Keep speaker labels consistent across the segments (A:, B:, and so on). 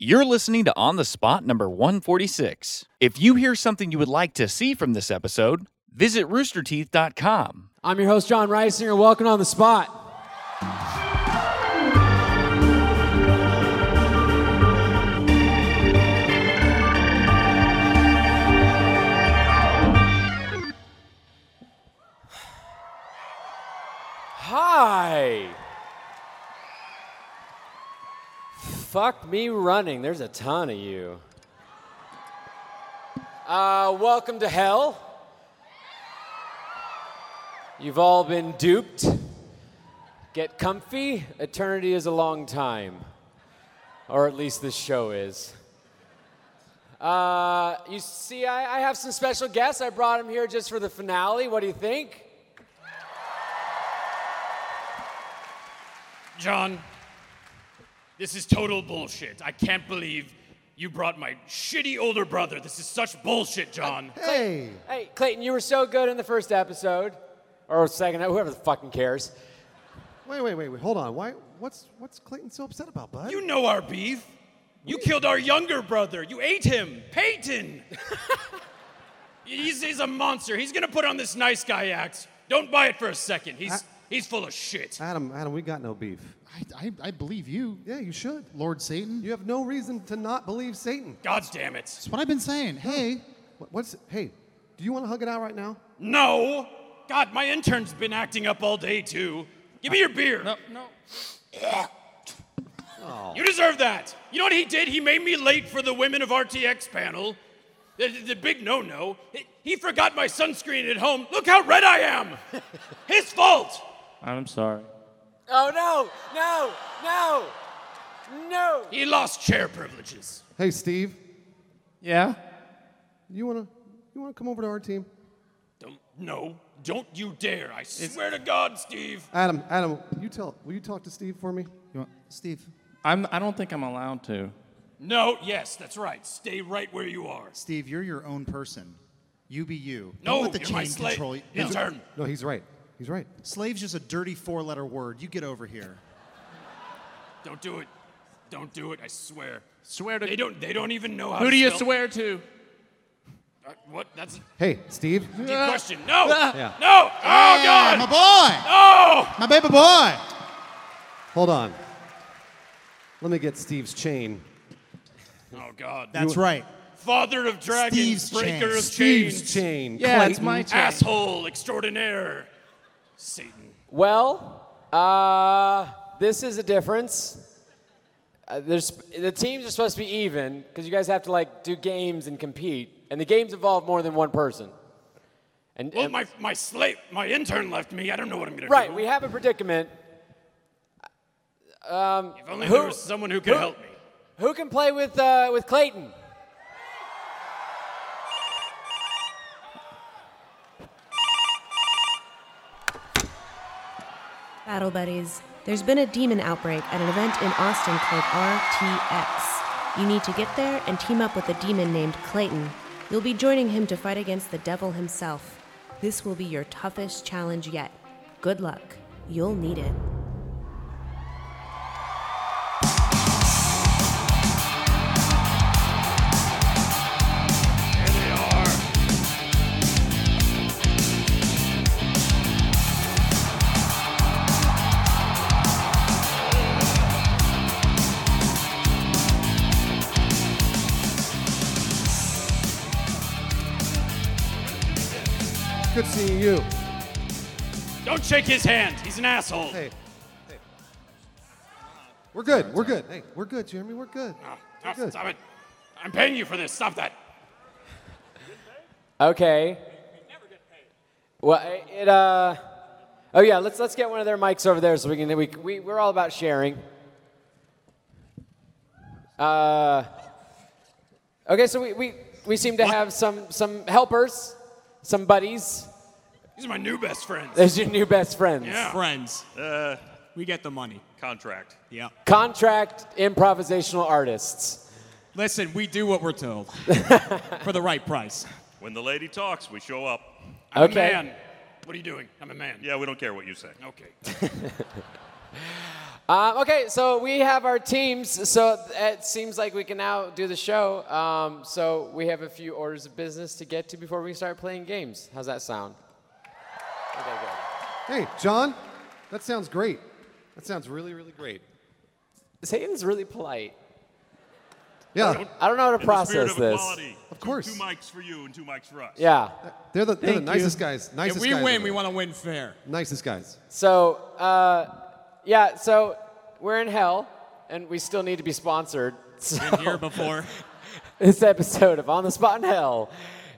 A: You're listening to On the Spot number 146. If you hear something you would like to see from this episode, visit roosterteeth.com.
B: I'm your host, John Reisinger. Welcome to on the spot. Hi. Fuck me running. There's a ton of you. Uh, welcome to hell. You've all been duped. Get comfy. Eternity is a long time. Or at least this show is. Uh, you see, I, I have some special guests. I brought them here just for the finale. What do you think?
C: John, this is total bullshit. I can't believe you brought my shitty older brother. This is such bullshit, John.
D: Hey,
B: Hey, Clayton, you were so good in the first episode. Or second, whoever the fucking cares.
D: wait, wait, wait, wait. Hold on. Why? What's what's Clayton so upset about, bud?
C: You know our beef. You killed our younger brother. You ate him, Peyton. he's, he's a monster. He's gonna put on this nice guy act. Don't buy it for a second. He's
D: I-
C: he's full of shit.
D: Adam, Adam, we got no beef.
E: I, I, I believe you,
D: Yeah, you should.
E: Lord Satan.
D: You have no reason to not believe Satan.
C: God damn it.
E: That's what I've been saying. Hey,
D: What, what's? Hey, do you want to hug it out right now?
C: No. God, my intern's been acting up all day too. Give me your beer. No, no.
E: Oh.
C: You deserve that. You know what he did? He made me late for the women of RTX panel. The, the- the big no-no. He- He forgot my sunscreen at home. Look how red I am. His fault.
F: I'm sorry.
B: Oh, no, no, no, no.
C: He lost chair privileges.
D: Hey, Steve,
F: Yeah?
D: you wanna you wanna come over to our team?
C: Don't no. Don't you dare. I swear to God, Steve.
D: Adam, Adam, you tell. Will you talk to Steve for me?
F: You want,
E: Steve.
F: I'm, I don't think I'm allowed to.
C: No. Yes, that's right. Stay right where you are.
E: Steve, you're your own person. You be you.
C: No,
E: Don't let the
C: you're
E: chain
C: my slave.
E: control you. No.
C: Intern.
D: No, he's right. He's right.
E: Slave's just a dirty four-letter word. You get over here.
C: Don't do it. Don't do it. I swear.
F: Swear
C: They don't. They don't even know how.
F: Who
C: to
F: do you
C: spell-
F: swear to?
C: Uh, what? That's a deep
D: Hey, Steve.
C: question. No.
F: Uh,
D: Yeah.
C: No. Oh
E: Yeah,
C: God.
E: My
C: Oh.
E: boy! My baby boy!
D: Hold on. Let me get Steve's chain.
C: Oh God.
E: That's right.
C: Father of dragons,
E: Steve's
C: breaker
E: chain.
C: of
D: Steve's
C: chains,
D: chain.
F: Yeah, it's
D: Clayton.
F: my chain.
C: asshole extraordinaire, Satan.
B: Well, uh, this is a difference. Uh, there's, the teams are supposed to be even because you guys have to like do games and compete, and the games involve more than one person. And,
C: Well,
B: and-
C: my my slave, my intern left me. I don't know what I'm gonna
B: right,
C: do.
B: we have a predicament.
C: If only
B: who-
C: there was someone who could help me.
B: Who can play with uh, with Clayton?
G: Battle Buddies, there's been a demon outbreak at an event in Austin called RTX. You need to get there and team up with a demon named Clayton. You'll be joining him to fight against the devil himself. This will be your toughest challenge yet. Good luck. You'll need it.
C: There they are.
D: Good seeing you.
C: Don't shake his hand. He's an asshole.
D: Hey. Hey. We're good. We're good. Hey, we're good, Jeremy. We're good.
C: Ah,
D: We're
C: ah,
D: good.
C: stop it. I'm paying you for this. Stop that.
B: Okay. Well, i- it uh. Oh yeah, let's let's get one of their mics over there so we can we we we're all about sharing. Uh. Okay, so we we we seem to
C: What?
B: have some some helpers, some buddies.
C: These are my new best friends.
B: There's your new best friends.
C: Yeah.
H: friends. we get the money.
I: contract.
H: Yeah.
B: Contract improvisational artists.
H: Listen, we do what we're told for the right price.
I: When the lady talks, we show up.
C: I'm
B: okay.
C: a man. What are you doing? I'm a man.
I: Yeah, we don't care what you say.
C: Okay.
B: Um, okay, so we have our teams. So it seems like we can now do the show. Um, so we have a few orders of business to get to before we start playing games. How's that sound? Okay, good.
D: Hey, John, that sounds great. That sounds really, really great.
B: Satan's really polite.
D: Yeah,
B: I don't know how to
I: In the spirit
B: process
I: of
B: this.
I: Equality,
D: Of course.
I: Two mics for you and two mics for us.
B: Yeah.
D: they're the, they're the
F: Thank you.
D: nicest guys. Nicest
H: If we
D: guys in
H: win,
D: the
H: we
D: world.
H: want to win fair.
D: Nicest guys.
B: So, uh, yeah, so we're in hell, and we still need to be sponsored. So
H: Been here before.
B: this episode of On the Spot in Hell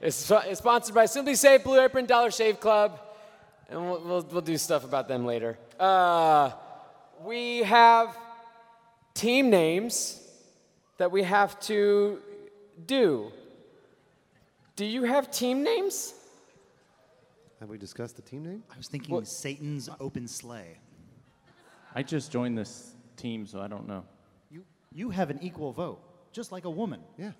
B: is, sp- is sponsored by Simply Safe, Blue Apron, Dollar Shave Club, and we'll, we'll, we'll do stuff about them later. Uh, we have team names that we have to do. Do you have team names?
D: Have we discussed the team name?
E: I was thinking Satan's open sleigh.
F: I just joined this team, so I don't know.
E: You, you have an equal vote, just like a woman.
D: Yeah.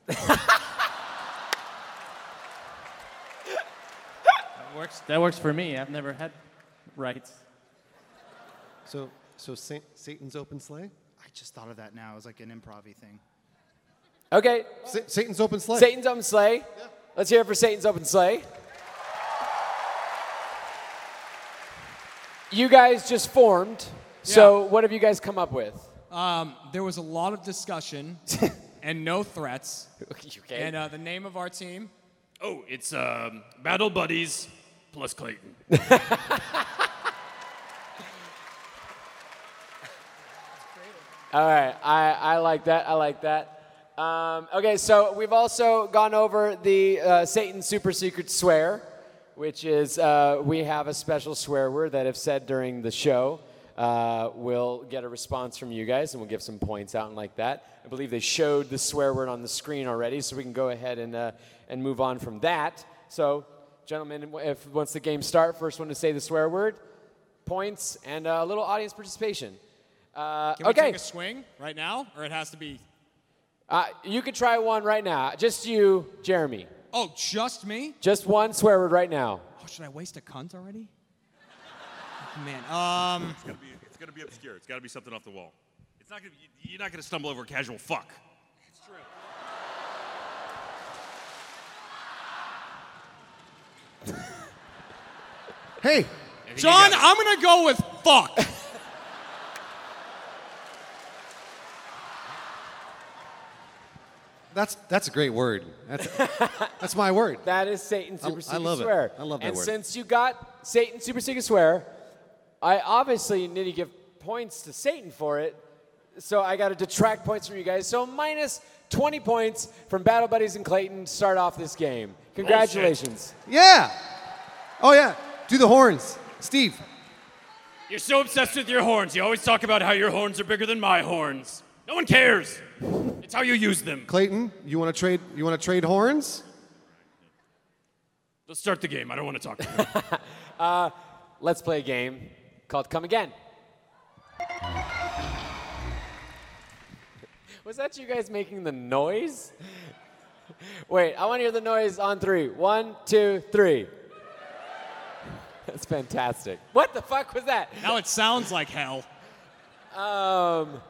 F: That works. That works for me. I've never had rights.
D: So, so Sa- Satan's open sleigh.
E: I just thought of that now. It was like an improv thing.
B: Okay,
D: Sa- Satan's open sleigh.
B: Satan's Open Sleigh. Let's hear it for Satan's Open Sleigh. You guys just formed. So, what have you guys come up with?
H: Um, there was a lot of discussion and no threats.
B: Okay.
H: And uh, the name of our team,
C: Oh, it's um, Battle Buddies plus Clayton.
B: All right, I, I like that. I like that. Um, okay, so we've also gone over the uh, Satan super secret swear, which is uh, we have a special swear word that, if said during the show, uh, we'll get a response from you guys and we'll give some points out and like that. I believe they showed the swear word on the screen already, so we can go ahead and, uh, and move on from that. So, gentlemen, if once the game starts, first one to say the swear word, points, and uh, a little audience participation. Uh,
H: can we
B: okay.
H: take a swing right now? Or it has to be.
B: Uh, you could try one right now. Just you, Jeremy.
H: Oh, just me?
B: Just one swear word right now.
H: Oh, should I waste a cunt already? Man, um,
I: It's gonna be, it's gonna be obscure. It's gotta be something off the wall. It's not gonna. Be, you're not gonna stumble over a casual fuck.
D: Hey,
H: John, I'm gonna go with fuck.
D: that's that's a great word. That's that's my word.
B: That is Satan's
D: I-
B: super
D: I
B: secret
D: love it.
B: swear.
D: I love that
B: and
D: word.
B: since you got Satan's super secret swear, I obviously need to give points to Satan for it. So I got to detract points from you guys. So minus 20 points from Battle Buddies and Clayton to start off this game. Congratulations.
D: Yeah. Oh yeah. Do the horns, Steve.
C: You're so obsessed with your horns. You always talk about how your horns are bigger than my horns. No one cares. It's how you use them.
D: Clayton, you want to trade? You want to trade horns?
C: Let's start the game. I don't want to talk. to you.
B: Let's play a game called Come Again. Was that you guys making the noise? Wait, I want to hear the noise on three. One, two, three. That's fantastic. What the fuck was that?
H: now it sounds like hell.
B: Um,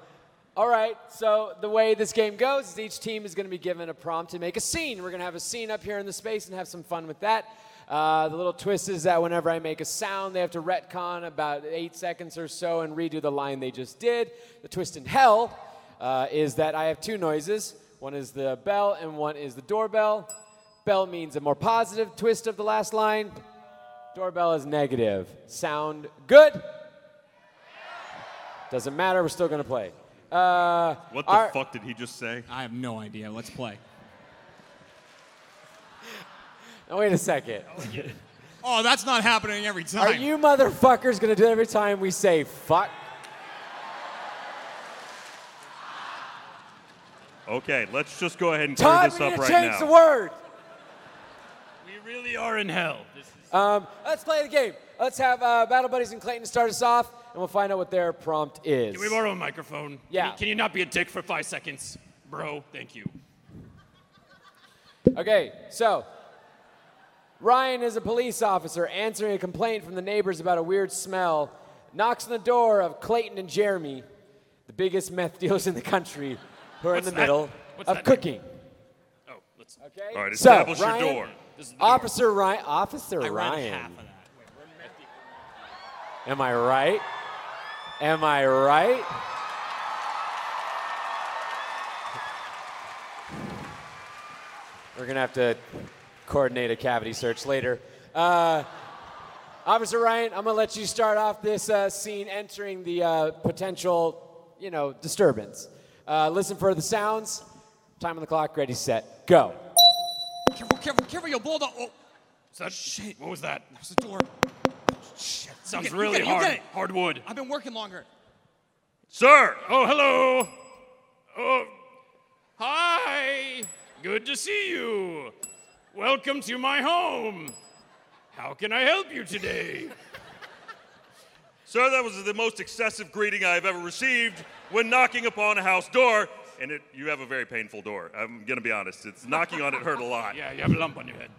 B: all right, so the way this game goes is each team is going to be given a prompt to make a scene. We're going to have a scene up here in the space and have some fun with that. Uh, the little twist is that whenever I make a sound, they have to retcon about eight seconds or so and redo the line they just did. The twist in hell uh, is that I have two noises one is the bell and one is the doorbell. Bell means a more positive twist of the last line, doorbell is negative. Sound good? Doesn't matter, we're still going to play. Uh,
I: What the
B: our-
I: fuck did he just say?
H: I have no idea. Let's play.
B: Now, wait a second.
H: Oh, that's not happening every time.
B: Are you motherfuckers gonna do it every time we say fuck?
I: Okay, let's just go ahead and clear
B: Todd,
I: this
B: we need
I: up
B: to
I: right
B: change
I: now.
B: the word.
C: we really are in hell. This is-
B: Um, let's play the game. Let's have uh, Battle Buddies and Clayton start us off, and we'll find out what their prompt is.
C: Can we borrow a microphone?
B: Yeah.
C: Can you, can you not be a dick for five seconds, bro? Thank you.
B: Okay, so Ryan is a police officer answering a complaint from the neighbors about a weird smell. Knocks on the door of Clayton and Jeremy. the biggest meth dealers in the country who are
I: What's
B: in the
I: that?
B: middle
I: What's
B: of
I: that mean?
B: cooking.
I: Oh, let's.
B: Okay?
I: All right,
B: So,
I: establish
B: Ryan,
I: your door. This is the door.
B: Officer Ryan. Officer Ryan. Am I right? Am I right? We're gonna have to coordinate a cavity search later. Uh, Officer Ryan, I'm gonna let you start off this uh, scene entering the uh, potential, you know, disturbance. Uh, listen for the sounds. Time on the clock. Ready, set, go.
C: Careful, careful, careful, you bulldog. Oh, is that, shit. What was that?
H: There's a door. Shit.
I: Sounds
H: You get- you
I: really
H: get it, you
I: hard.
H: get it.
I: Hardwood.
H: I've been working longer.
I: Sir. Oh, hello. Oh, hi. Good to see you. Welcome to my home. How can I help you today? Sir, that was the most excessive greeting I've ever received when knocking upon a house door. And it, you have a very painful door. I'm going to be honest. It's knocking on it hurt a lot.
C: Yeah, you have a lump on your head.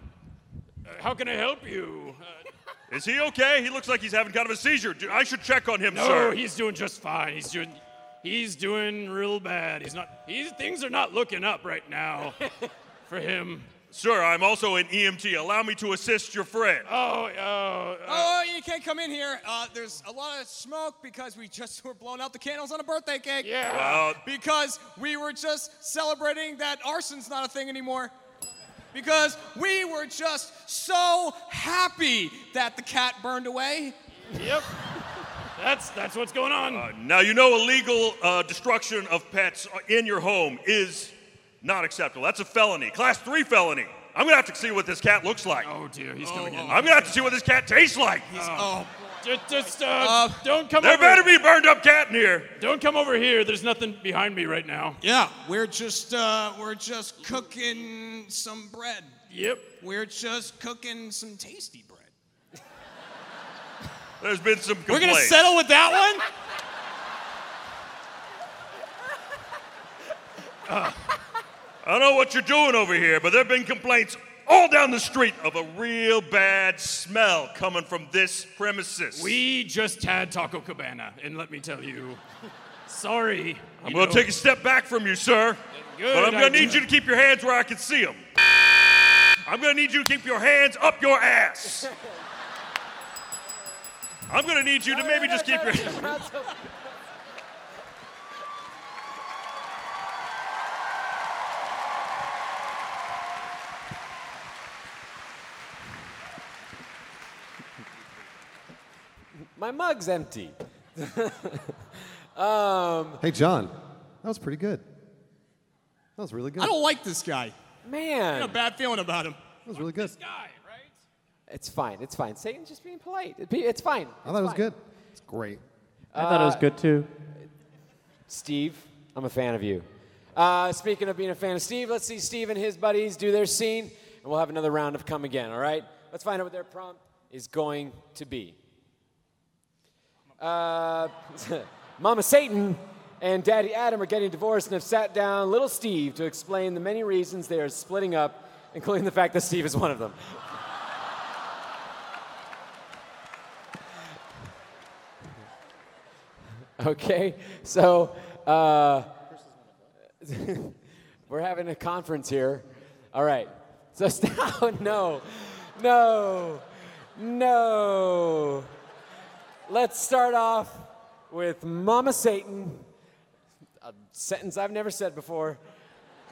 C: Uh, how can I help you? Uh,
I: Is he okay? He looks like he's having kind of a seizure. Do- I should check on him,
C: no,
I: sir.
C: he's doing just fine. He's doing, he's doing real bad. He's not. He's things are not looking up right now for him.
I: Sir, I'm also an EMT. Allow me to assist your friend.
C: Oh, oh, uh,
H: Oh, you can't come in here. Uh, there's a lot of smoke because we just were blowing out the candles on a birthday cake.
C: yeah.
I: Well,
H: Because we were just celebrating that arson's not a thing anymore. Because we were just so happy that the cat burned away.
C: Yep. That's that's what's going on.
I: Now, you know, illegal uh, destruction of pets in your home is not acceptable. That's a felony, class three felony. I'm gonna have to see what this cat looks like.
C: oh dear, he's coming in.
I: I'm gonna have to see what this cat tastes like.
H: Oh,
C: Just, just uh,
H: Uh,
C: don't come.
I: there
C: over.
I: better be a burned up cat in here.
C: Don't come over here. There's nothing behind me right now.
H: yeah. We're just uh, we're just cooking some bread.
C: Yep.
H: We're just cooking some tasty bread.
I: There's been some complaints.
H: We're gonna settle with that one.
I: Uh, I don't know what you're doing over here, but there have been complaints all down the street of a real bad smell coming from this premises.
C: We just had Taco Cabana, and let me tell you, sorry.
I: I'm
C: you
I: gonna
C: know.
I: take a step back from you, sir.
C: Good
I: but I'm gonna
C: idea.
I: need you to keep your hands where I can see them. I'm gonna need you to keep your hands up your ass. I'm gonna need you to maybe just keep your.
B: My mug's empty.
D: Hey, John. That was pretty good. That was really good.
H: I
D: That
H: don't like this guy. I
B: Man,
H: got a bad feeling about him.
D: was really good.
C: Guy, right?
B: it's fine. It's fine. Satan's just being polite. It- It's fine.
D: I thought it was good. It's great.
F: I thought it was good too.
B: Steve, I'm a fan of you. Uh, speaking of being a fan of Steve, let's see Steve and his buddies do their scene, and we'll have another round of come again, all right? Let's find out what their prompt is going to be. Uh, Mama Satan and Daddy Adam are getting divorced and have sat down little Steve to explain the many reasons they are splitting up, including the fact that Steve is one of them. Okay, so uh, we're having a conference here. All right. So stop. No, no, no. Let's start off with Mama Satan, a sentence I've never said before.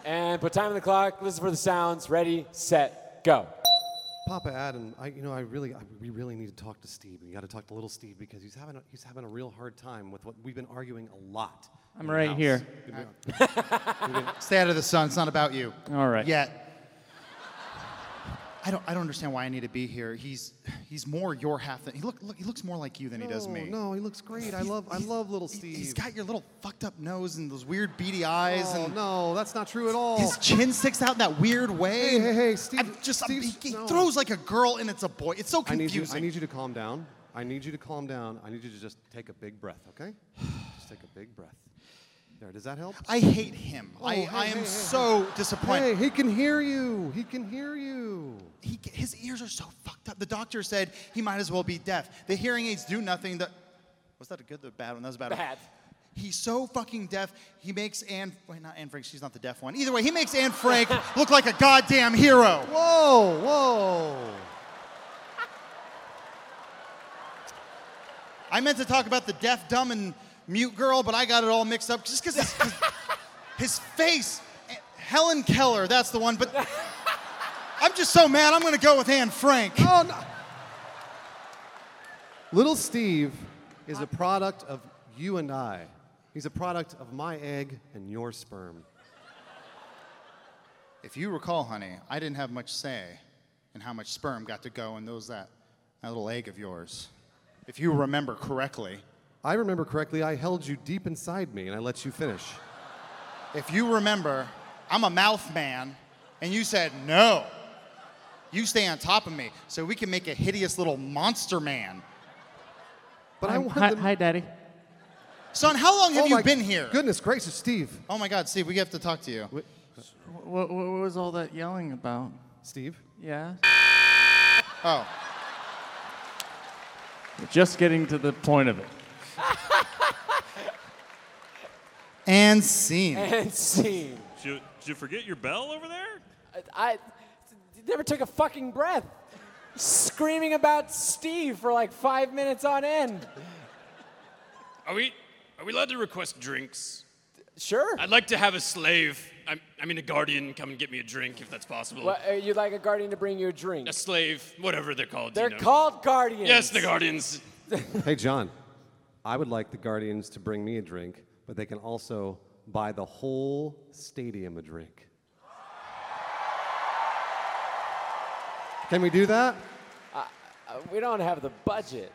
B: And put time on the clock. Listen for the sounds. Ready, set, go.
D: Papa Adam, I, you know, I really, I, we really need to talk to Steve. You got to talk to little Steve because he's having, a, he's having a real hard time with what we've been arguing a lot.
F: I'm
D: in the
F: right
D: house.
F: here.
E: Stay out of the sun. It's not about you.
F: All right.
E: Yet. I don't, I don't understand why I need to be here. He's he's more your half than he look, look he looks more like you than he does
D: No,
E: me.
D: no, he looks great. I
E: He's-
D: love, I
E: he's-
D: love little
E: he-
D: Steve.
E: He's got your little fucked up nose and those weird beady eyes
D: Oh,
E: and
D: no, that's not true at all.
E: His chin sticks out in that weird way.
D: Hey, hey, hey,
E: I'm
D: Steve-
E: just, I'm-
D: Steve's-
E: he, he
D: no.
E: throws like a girl and it's a boy. It's so
D: I need
E: confusing.
D: you. I need you to calm down. I need you to calm down. I need you to just take a big breath, okay? Just take a big breath. There. Does that help?
E: I hate him. I,
D: Oh, hey,
E: I am
D: hey, hey,
E: so
D: hey. Hey,
E: disappointed.
D: he can hear you. He can hear you.
E: He, his ears are so fucked up. The doctor said he might as well be deaf. The hearing aids do nothing. The, was that a good or bad one? That was a bad, one.
B: Bad.
E: He's so fucking deaf. He makes Anne, wait, not Anne Frank, she's not the deaf one. Either way, he makes Anne Frank look like a goddamn hero.
D: Whoa, whoa.
E: I meant to talk about the deaf, dumb, and mute girl, but I got it all mixed up just because his, his- his face. Eh, Helen Keller, that's the one, but I'm just so mad. I'm going to go with Anne Frank.
D: Oh, no. Little Steve is a product of you and I. He's a product of my egg and your sperm.
E: If you recall, honey, I didn't have much say in how much sperm got to go in those that, that little egg of yours. If you remember correctly.
D: I remember correctly, I held you deep inside me and I let you finish.
E: If you remember, I'm a mouth man, and you said no. You stay on top of me so we can make a hideous little monster man.
D: But I
F: I'm-
D: wanted
F: hi,
D: them-
F: hi, Daddy.
E: Son, how long have
D: Oh
E: you
D: my
E: been here?
D: Goodness gracious, Steve.
E: Oh my God, Steve, we have to talk to you.
F: What, what, what was all that yelling about?
D: Steve?
F: Yeah.
E: Oh,
F: Just getting to the point of it.
E: and scene.
B: And scene.
C: Did you, did you forget your bell over there?
B: I I never took a fucking breath. Screaming about Steve for like five minutes on end.
C: Are we are we allowed to request drinks?
B: Sure.
C: I'd like to have a slave. I'm, I mean, a guardian come and get me a drink if that's possible.
B: What, uh, you'd like a guardian to bring you a drink?
C: A slave, whatever they're called. you
B: They're
C: know.
B: called guardians.
C: Yes, the guardians.
D: Hey, John. I would like the Guardians to bring me a drink, but they can also buy the whole stadium a drink. Can we do that?
B: Uh, we don't have the budget.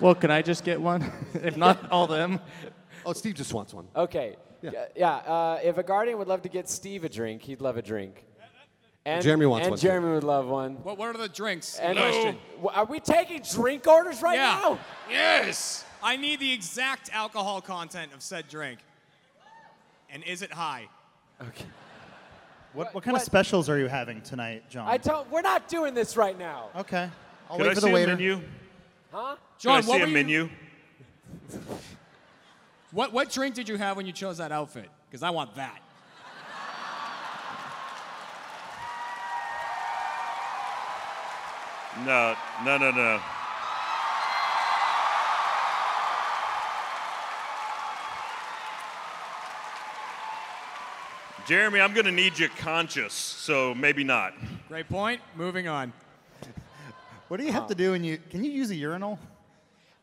F: Well, can I just get one? if not all them.
D: Oh, Steve just wants one.
B: Okay. Yeah. yeah uh, if a guardian would love to get Steve a drink, he'd love a drink. And
D: Jeremy wants
B: and
D: one, too.
B: Jeremy would love one.
H: What, what are the drinks?
B: And
C: Hello?
B: W- Are we taking drink orders right
H: Yeah.
B: now?
C: Yes.
H: I need the exact alcohol content of said drink. And is it high?
E: What, what kind
B: what-
E: of specials are you having tonight, John?
B: I don't. We're not doing this right now.
E: okay. I'll
C: Could
E: wait
C: I
E: for
C: see
E: the waiter.
C: a menu?
H: John,
C: Could I
H: what,
C: see a
H: were you-
C: menu?
H: what what drink did you have when you chose that outfit? Because I want that.
C: No, no, no, no. Jeremy, I'm gonna need you conscious, so maybe not.
H: Great point. Moving on.
E: What do you have to do when you can you use a urinal?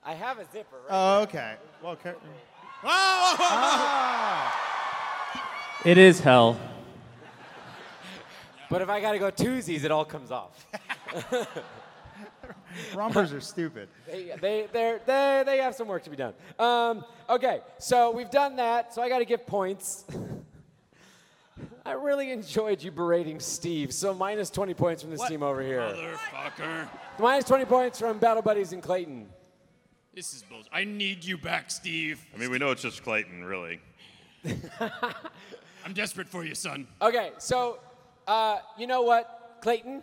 B: I have a zipper. Right?
E: Oh, okay. Well, okay.
H: Oh,
F: It is hell.
B: but if I gotta go twosies, it all comes off.
E: Rompers are stupid.
B: they they they're, they they have some work to be done. Um, okay, so we've done that. So I gotta give points. I really enjoyed you berating Steve. So minus 20 points from this team over here.
C: Motherfucker.
B: Minus 20 points from Battle Buddies in Clayton.
C: This is bullshit. I need you back, Steve. I mean, we know it's just Clayton, really. I'm desperate for you, son.
B: Okay, so uh, you know what, Clayton?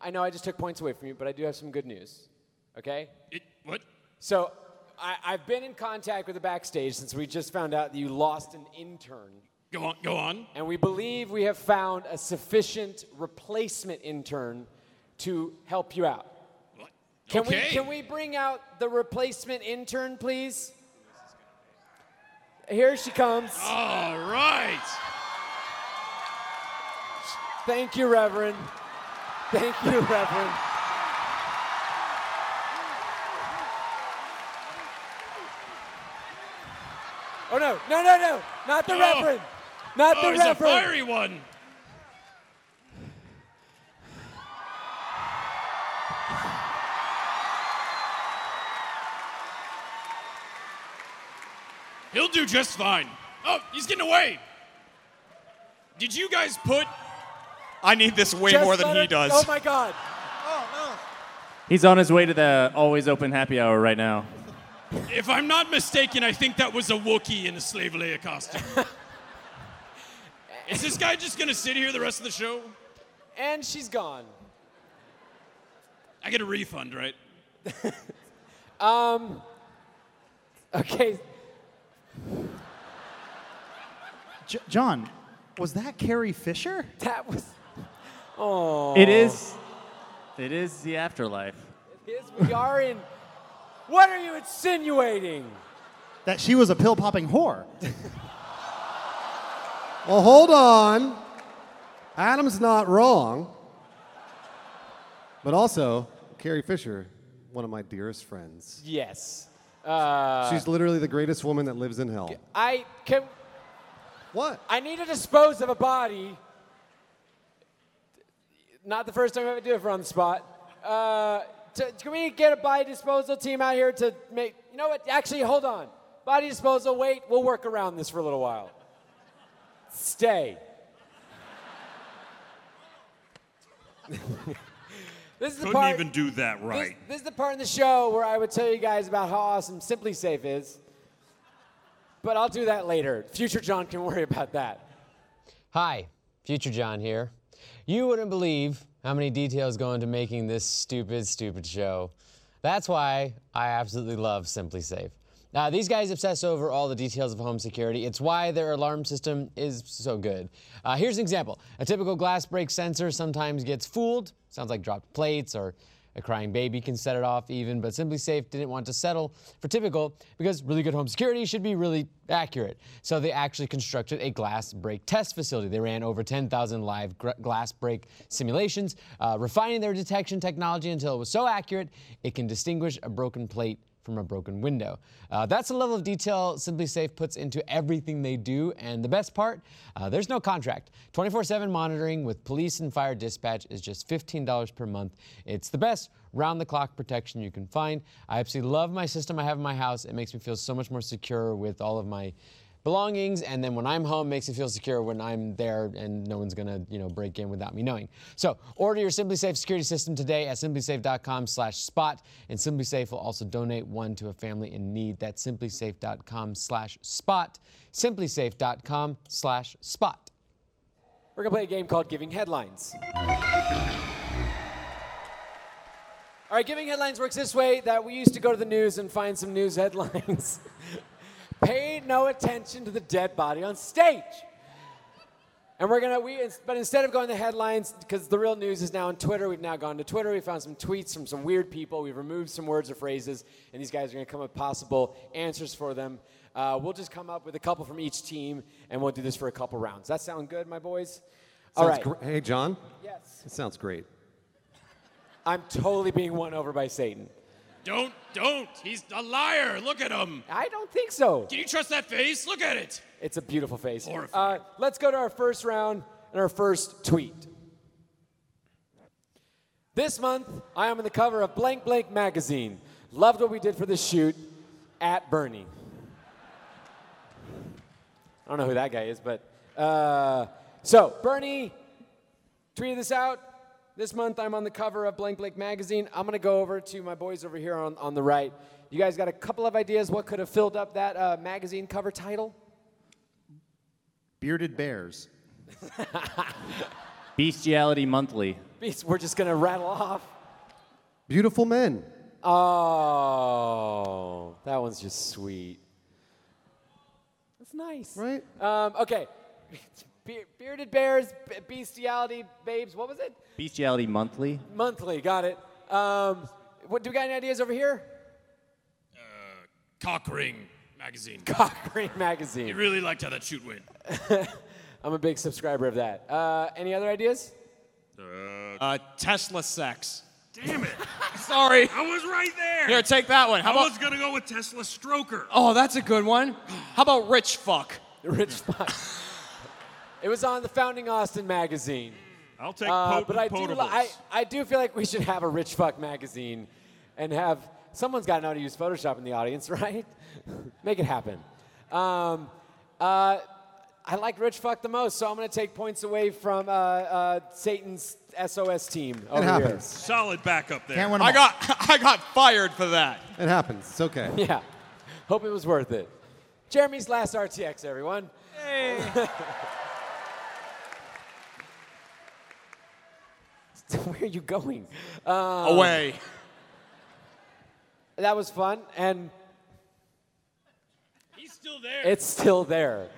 B: I know I just took points away from you, but I do have some good news. Okay?
C: It, what?
B: So I, I've been in contact with the backstage since we just found out that you lost an intern.
C: Go on, go on.
B: And we believe we have found a sufficient replacement intern to help you out.
C: What?
B: Can,
C: okay.
B: we, can we bring out the replacement intern, please? Here she comes.
C: All right.
B: Thank you, Reverend. Thank you, Reverend. Oh no, no, no, no! Not the
C: Oh.
B: Reverend! Not the
C: Oh, he's a
B: Reverend!
C: fiery one. He'll do just fine. Oh, he's getting away. Did you guys put
H: I need this way
B: Just
H: more than
B: let
H: he
B: her-
H: does.
B: Oh my God!
F: He's on his way to the always open happy hour right now.
C: If I'm not mistaken, I think that was a Wookiee in a slave layer costume. Is this guy just gonna sit here the rest of the show?
B: And she's gone.
C: I get a refund, right?
B: Okay,
E: J- John, was that Carrie Fisher?
B: That was. Oh.
F: It is. It is the afterlife.
B: Yes, we are in. What are you insinuating?
E: That she was a pill popping whore.
D: Well, hold on. Adam's not wrong. But also, Carrie Fisher, one of my dearest friends.
B: Yes. Uh,
D: She's literally the greatest woman that lives in hell.
B: I can.
D: What?
B: I need to dispose of a body. Not the first time I ever do it for on the spot. Uh, to, can we get a body disposal team out here to make? You know what? Actually, hold on. Body disposal. Wait, we'll work around this for a little while. Stay. this is the
I: Couldn't
B: part.
I: even do that
B: This-
I: right.
B: This, is the part in the show where I would tell you guys about how awesome Simply Safe is. But I'll do that later. Future John can worry about that.
J: Hi, Future John here. You wouldn't believe how many details go into making this stupid, stupid show. That's why I absolutely love Simply Safe. Now, these guys obsess over all the details of home security. It's why their alarm system is so good. Uh, here's an example a typical glass break sensor sometimes gets fooled, sounds like dropped plates or a crying baby can set it off even, but Simply Safe didn't want to settle for typical because really good home security should be really accurate. So they actually constructed a glass break test facility. They ran over 10,000 live gr- glass break simulations, uh, refining their detection technology until it was so accurate it can distinguish a broken plate from a broken window. Uh, that's the level of detail Simply Safe puts into everything they do. And the best part, uh, there's no contract. 24 7 monitoring with police and fire dispatch is just $15 per month. It's the best round the clock protection you can find. I absolutely love my system I have in my house. It makes me feel so much more secure with all of my belongings and then when i'm home makes me feel secure when i'm there and no one's gonna you know break in without me knowing so order your simply safe security system today at simplysafe.com slash spot and simply safe will also donate one to a family in need that's simplysafe.com slash spot simplysafe.com slash spot
B: We're gonna play a game called Giving Headlines. All right, Giving Headlines works this way that we used to go to the news and find some news headlines. Pay no attention to the dead body on stage. And we're gonna, we, but instead of going to headlines, because the real news is now on Twitter, we've now gone to Twitter, we found some tweets from some weird people, we've removed some words or phrases, and these guys are gonna come up with possible answers for them. Uh, we'll just come up with a couple from each team, and we'll do this for a couple rounds. That sound good, my boys? All
D: Sounds
B: right.
D: gr- hey, John?
B: Yes.
D: It sounds great.
B: I'm totally being won over by Satan.
I: Don't, don't. He's a liar. Look at him.
B: I don't think so.
I: Can you trust that face? Look at it.
B: It's a beautiful face. Uh,
I: Horrifying.
B: let's go to our first round and our first tweet. This month, I am on the cover of Blank Blank Magazine. Loved what we did for this shoot at Bernie. I don't know who that guy is, but. Uh, so, Bernie tweeted this out. This month, I'm on the cover of Blank Blank Magazine. I'm going to go over to my boys over here on, on the right. You guys got a couple of ideas what could have filled up that uh, magazine cover title?
E: Bearded bears.
F: Bestiality Monthly.
B: Beast, we're just gonna rattle off.
D: Beautiful men.
B: Oh, that one's just sweet. That's nice.
D: Right?
B: Um, okay. Be- bearded bears, b- bestiality, babes. What was it?
F: Bestiality Monthly.
B: Monthly. Got it. Um, what do we got? Any ideas over here?
I: Cockring magazine.
B: Cochrane
I: I
B: magazine.
I: really liked how that shoot went.
B: I'm a big subscriber of that. Uh, any other ideas?
H: Uh, Tesla sex.
I: Damn it.
H: Sorry.
I: I was right there.
H: Here, take that one. How
I: I
H: about?
I: was gonna go with Tesla Stroker.
H: Oh, that's a good one. How about rich fuck?
B: Rich Fox. it was on the Founding Austin magazine.
I: I'll take
B: Uh,
I: potent
B: but I do, li-
I: potables.
B: I, I do feel like we should have a rich fuck magazine and have someone's got to know how to use Photoshop in the audience, right? Make it happen. Um, uh, I like rich fuck the most, so I'm going to take points away from uh, uh, Satan's SOS team. Over
D: It
B: here.
D: happens.
I: Solid backup there.
E: Can't win 'em
H: I
E: all.
H: got I got fired for that.
D: It happens. It's okay.
B: Yeah. Hope it was worth it. Jeremy's last RTX, everyone. Hey. Where are you going?
K: Um,
H: Away.
B: That was fun, and
I: He's still there.
B: It's still there.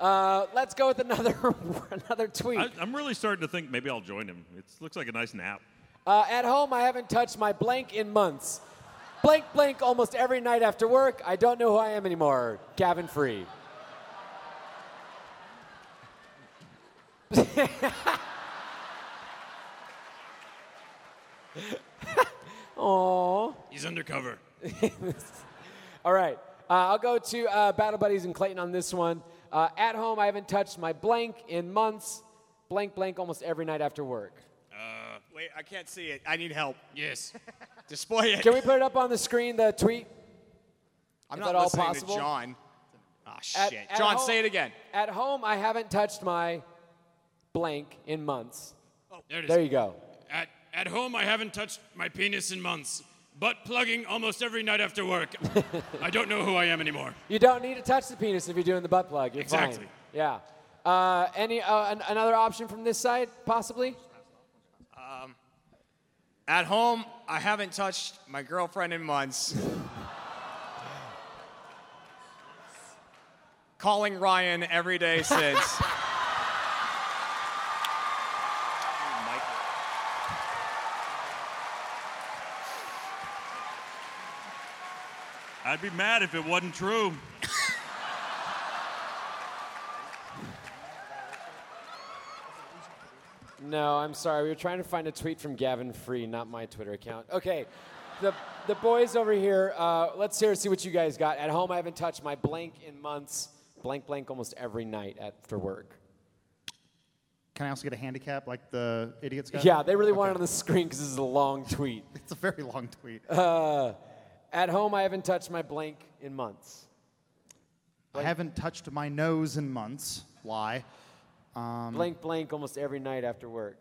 B: Uh, let's go with another another tweet.
K: I, I'm really starting to think maybe I'll join him. It looks like a nice nap.
B: Uh, at home, I haven't touched my blank in months. Blank, blank almost every night after work. I don't know who I am anymore. Gavin Free. Aww.
C: He's undercover.
B: All right. Uh, I'll go to uh, Battle Buddies and Clayton on this one. Uh, at home, I haven't touched my blank in months. Blank, blank almost every night after work.
H: Uh, Wait, I can't see it. I need help.
C: Yes.
H: Display it.
B: Can we put it up on the screen, the tweet?
H: I'm
B: Is
H: not
B: that all
H: listening
B: possible?
H: to John. Ah,
B: At-
H: shit.
B: at
H: John,
B: home-
H: say it again.
B: At home, I haven't touched my blank in months.
C: There it is.
B: There you go.
C: At, at home, I haven't touched my penis in months, but plugging almost every night after work. I don't know who I am anymore.
B: You don't need to touch the penis if you're doing the butt plug. You're fine.
C: Exactly.
B: Yeah. Uh, any uh, an- another option from this side, possibly?
H: Um, at home, I haven't touched my girlfriend in months. Calling Ryan every day since.
K: I'd be mad if it wasn't true.
B: No, I'm sorry. We were trying to find a tweet from Gavin Free, not my Twitter account. Okay, the the boys over here. Uh, let's hear see what you guys got. At home, I haven't touched my blank in months. Blank blank almost every night after work.
E: Can I also get a handicap like the idiots got?
B: Yeah, they really want it on the screen because this is a long tweet.
E: It's a very long tweet.
B: Uh, at home, I haven't touched my blank in months.
E: I haven't touched my nose in months. Why? Um,
B: Blank blank almost every night after work.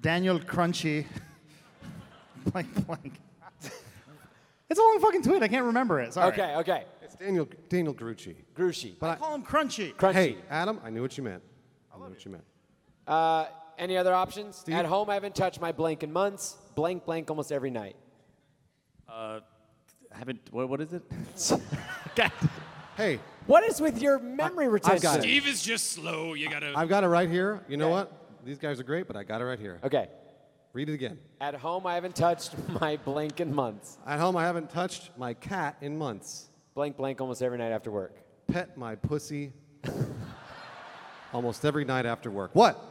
E: Daniel Crunchy. blank, blank. it's a long fucking tweet. I can't remember it. Sorry.
B: Okay, okay.
D: It's Daniel Daniel Grucci.
B: Grucci.
E: I call him Crunchy.
D: Hey, Adam, I knew what you meant. I knew what you meant.
B: Uh, any other options? At home, I haven't touched my blank in months. Blank blank almost every night.
F: Uh, haven't. What, what is it?
D: Hey,
B: What is with your memory retention?
D: I've got it.
C: Steve is just slow. You gotta.
D: I've got it right here. You know what? These guys are great, but I got it right here.
B: Okay.
D: Read it again.
B: At home, I haven't touched my blank in months.
D: At home, I haven't touched my cat in months.
B: Blank blank almost every night after work.
D: Pet my pussy almost every night after work. What?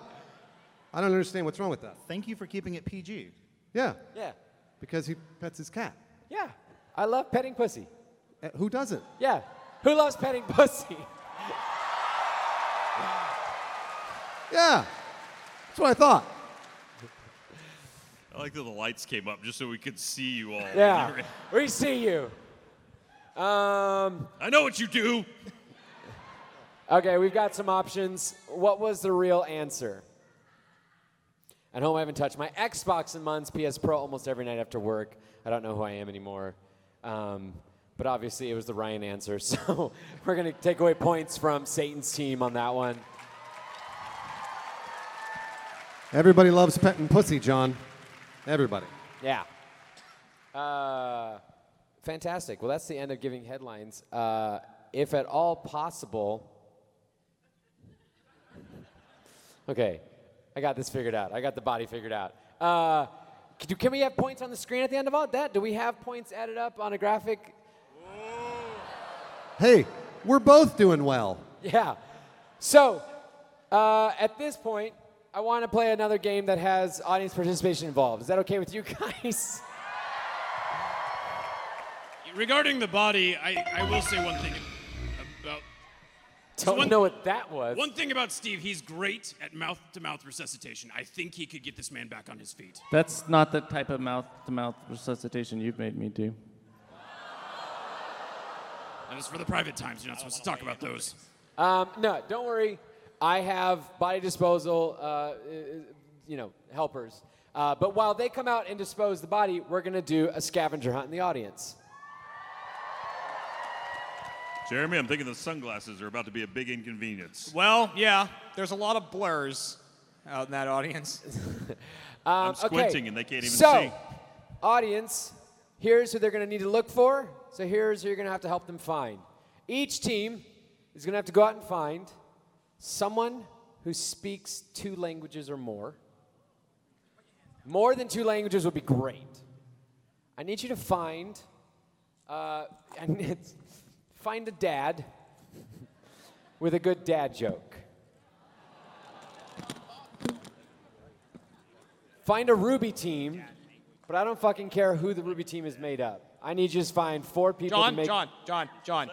D: I don't understand what's wrong with that.
E: Thank you for keeping it PG.
D: Yeah,
B: Yeah.
D: because he pets his cat.
B: Yeah. I love petting pussy.
D: Uh, Who doesn't?
B: Yeah. Who loves petting pussy?
D: Yeah, that's what I thought.
K: I like that the lights came up just so we could see you all.
B: Yeah. we see you. Um,
K: I know what you do.
B: Okay, we've got some options. What was the real answer? At home, I haven't touched my Xbox in months. PS Pro almost every night after work. I don't know who I am anymore. Um, but obviously, it was the Ryan answer. So we're going to take away points from Satan's team on that one.
D: Everybody loves petting pussy, John. Everybody.
B: Yeah. Uh, fantastic. Well, that's the end of giving headlines. Uh, if at all possible. Okay, I got this figured out. I got the body figured out. Uh, c- do- can we have points on the screen at the end of all that? Do we have points added up on a graphic?
D: Hey, we're both doing well.
B: Yeah. So, uh, at this point, I want to play another game that has audience participation involved. Is that okay with you guys?
C: Regarding the body, I, I will say one thing about.
B: Don't
C: one-
B: know what that was.
C: One thing about Steve, he's great at mouth to mouth resuscitation. I think he could get this man back on his feet.
F: That's not the type of mouth-to-mouth resuscitation you've made me do.
C: That is for the private times. You're not supposed to talk about those.
B: Um, no, don't worry. I have body disposal, uh, uh, you know, helpers. Uh, but while they come out and dispose the body, we're gonna do a scavenger hunt in the audience.
K: Jeremy, I'm thinking the sunglasses are about to be a big inconvenience.
H: Well, yeah, there's a lot of blurs out in that audience.
B: Um,
K: I'm squinting and they can't even
B: so,
K: see.
B: audience, here's who they're gonna need to look for. So here's who you're gonna have to help them find. Each team is going to have to go out and find someone who speaks two languages or more. More than two languages would be great. I need you to find, uh, I need- find a dad with a good dad joke. Find a Ruby team, but I don't fucking care who the Ruby team is made up. I need you to find four people to
H: John,
B: make
H: John, John, John.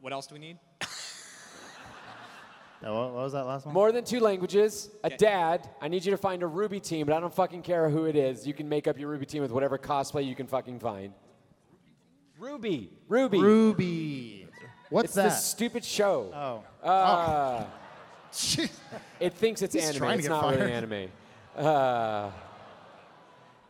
H: What else do we need?
L: what, what was that last one?
B: More than two languages, a dad. I need you to find a Ruby team, but I don't fucking care who it is. You can make up your Ruby team with whatever cosplay you can fucking find. Ruby, Ruby,
L: Ruby. What's
B: it's
L: that?
B: This stupid show.
L: Oh.
B: Uh, it thinks it's
L: He's
B: anime.
L: trying to
B: It's
L: get
B: not really
L: fired.
B: anime. Uh,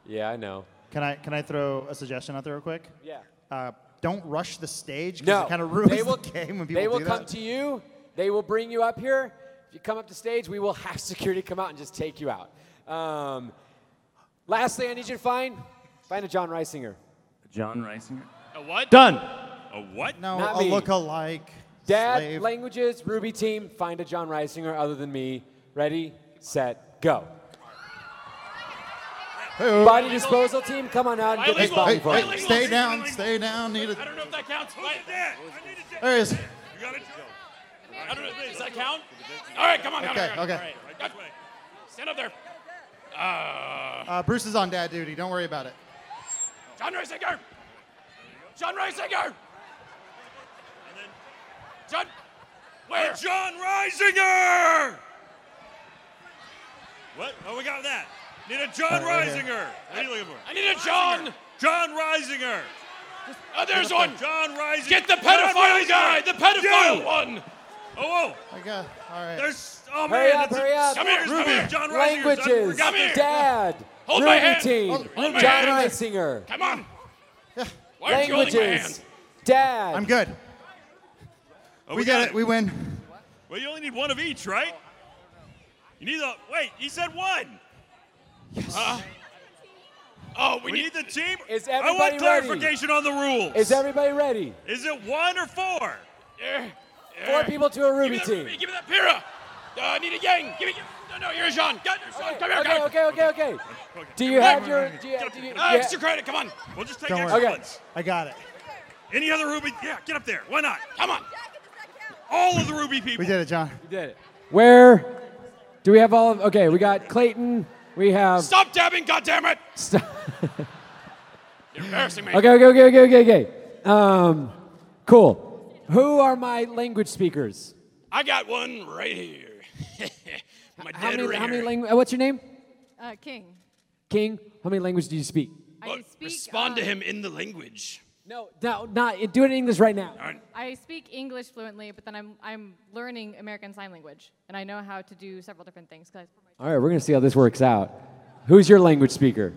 B: yeah, I know.
L: Can I can I throw a suggestion out there real quick?
B: Yeah.
L: Uh, don't rush the stage because
B: No,
L: it kind of ruins
B: they will,
L: the game when people
B: They will
L: do
B: come
L: that.
B: to you. They will bring you up here. If you come up to stage, we will have security come out and just take you out. Um, lastly, I need you to find find a John Reisinger.
F: John Reisinger.
C: A what?
F: Done.
C: A what?
L: No,
B: Not
L: a
B: me.
L: look-alike.
B: Dad,
L: slave.
B: languages, Ruby team, find a John Reisinger other than me. Ready, set, go. Body disposal team, come on out and get this body for
E: Hey, hey,
B: us.
E: stay down, stay down. Need a,
C: I don't know if that counts. Who's the dad? I need a dad.
E: there he is.
C: You got it? I don't know. Does that count? All right, come on. come on,
E: Okay,
C: come on.
E: okay.
C: All right, all right. Stand up there. Uh,
E: Uh, Bruce is on dad duty. Don't worry about it.
C: John Reisinger. John Reisinger. John. Where?
K: John Reisinger! What? Oh, we got that. Need a John
C: All right, right
K: Reisinger. What are you looking for?
C: I need a John.
K: John Reisinger.
C: Oh, there's one.
K: John Reisinger.
C: Get the
K: John
C: pedophile
K: Reisinger.
C: guy. The pedophile
K: You.
C: one.
K: Oh,
E: I got. All
K: oh.
E: right.
K: There's. Oh,
B: Hurry
K: man.
B: up,
K: that's-
B: hurry up.
K: Come here, come here. John Reisinger.
B: Languages,
K: Come here.
B: Dad,
K: Hold
B: Ruby
K: my hand.
B: team,
K: Hold- hold my
B: John
K: hand.
B: Reisinger.
K: Come on. Why aren't you holding my
B: Languages,
K: hand?
B: Dad.
E: I'm good.
K: Oh,
E: we
K: got
E: get it. We win.
K: Well, you only need one of each, right? You need the. Wait, he said one. Huh?
C: Uh-huh. Oh,
K: we, need, the team.
B: Is
K: I want
B: everybody
K: clarification on the rules.
B: Is everybody ready?
K: Is it one or four?
C: Yeah.
B: Four people to a Ruby
C: Give me that
B: team.
C: Ruby. Give me that Pira. Uh, I need a Yang. Give me. No, no, you're a John. Got your John. Come here.
B: Okay,
C: come
B: okay,
C: here.
B: okay, okay. Do you
C: Come
B: have
C: on.
B: your? Do you, do you,
C: Uh,
B: yeah.
C: Extra credit. Come on.
K: We'll just take
L: Don't
K: extra
L: worry.
K: ones.
L: I got it.
K: Any other Ruby? Yeah, get up there. Why not?
C: Come on.
K: All of the Ruby people.
L: We did it, John.
B: Where do we have all of? Okay, we got Clayton. We have.
C: Stop dabbing. God damn it. You're embarrassing me.
B: Okay, okay, okay, okay, okay, okay. Um, cool. Who are my language speakers?
C: I got one right here. My
B: How
C: dead
B: many?
C: ringer.
B: How many language? What's your name?
M: Uh, King,
B: King. How many languages do you speak?
M: I speak.
C: Respond to
M: uh,
C: him in the language.
B: No, no, not do it in English right now.
M: I speak English fluently, but then I'm I'm learning American Sign Language, and I know how to do several different things. Cause
B: All right, we're gonna see how this works out. Who's your language speaker?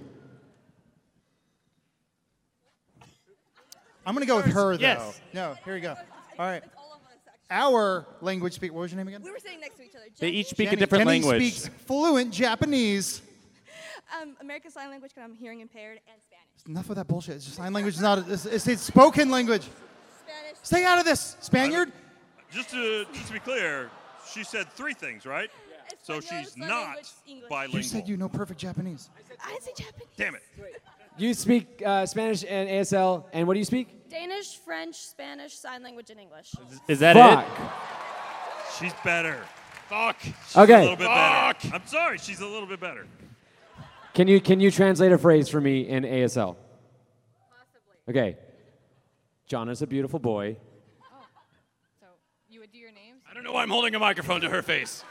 E: I'm gonna go with her though.
L: Yes.
E: No. Here we go. All right. Our language speak. What was your name again?
N: We were sitting next to each other.
F: They
N: Jenny-
F: each speak
E: Jenny.
F: a different
E: Jenny
F: language.
E: speaks fluent Japanese.
N: Um, American Sign Language because I'm hearing impaired and Spanish.
E: Enough of that bullshit. It's just sign language is not. It's, it's, it's spoken language.
N: Spanish.
E: Stay out of this, Spaniard.
K: Just to just to be clear, she said three things, right? So she's
N: sign
K: not
N: language, English.
K: bilingual.
E: You said you know perfect Japanese.
N: I didn't say Japanese.
K: Damn it.
B: You speak uh, Spanish and ASL, and what do you speak?
N: Danish, French, Spanish, sign language, and English.
H: Oh.
F: Is that
B: Fuck.
F: it?
K: She's better. Fuck. She's
B: Okay.
K: A little bit
C: Fuck.
K: better. I'm sorry. She's a little bit better.
B: Can you can you translate a phrase for me in ASL? Possibly. Okay. John is a beautiful boy.
M: So you would do your names.
C: I don't know why I'm holding a microphone to her face.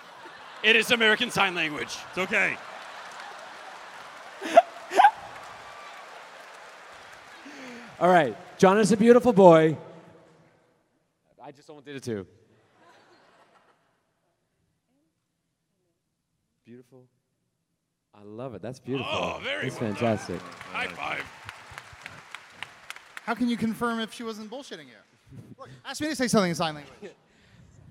C: It is American Sign Language.
K: It's okay.
B: All right. John is a beautiful boy. I just almost did it too. Beautiful. I love it. That's beautiful.
C: Oh, very
B: That's
C: well done.
B: fantastic.
C: High five.
E: How can you confirm if she wasn't bullshitting you? Look, ask me to say something in sign language.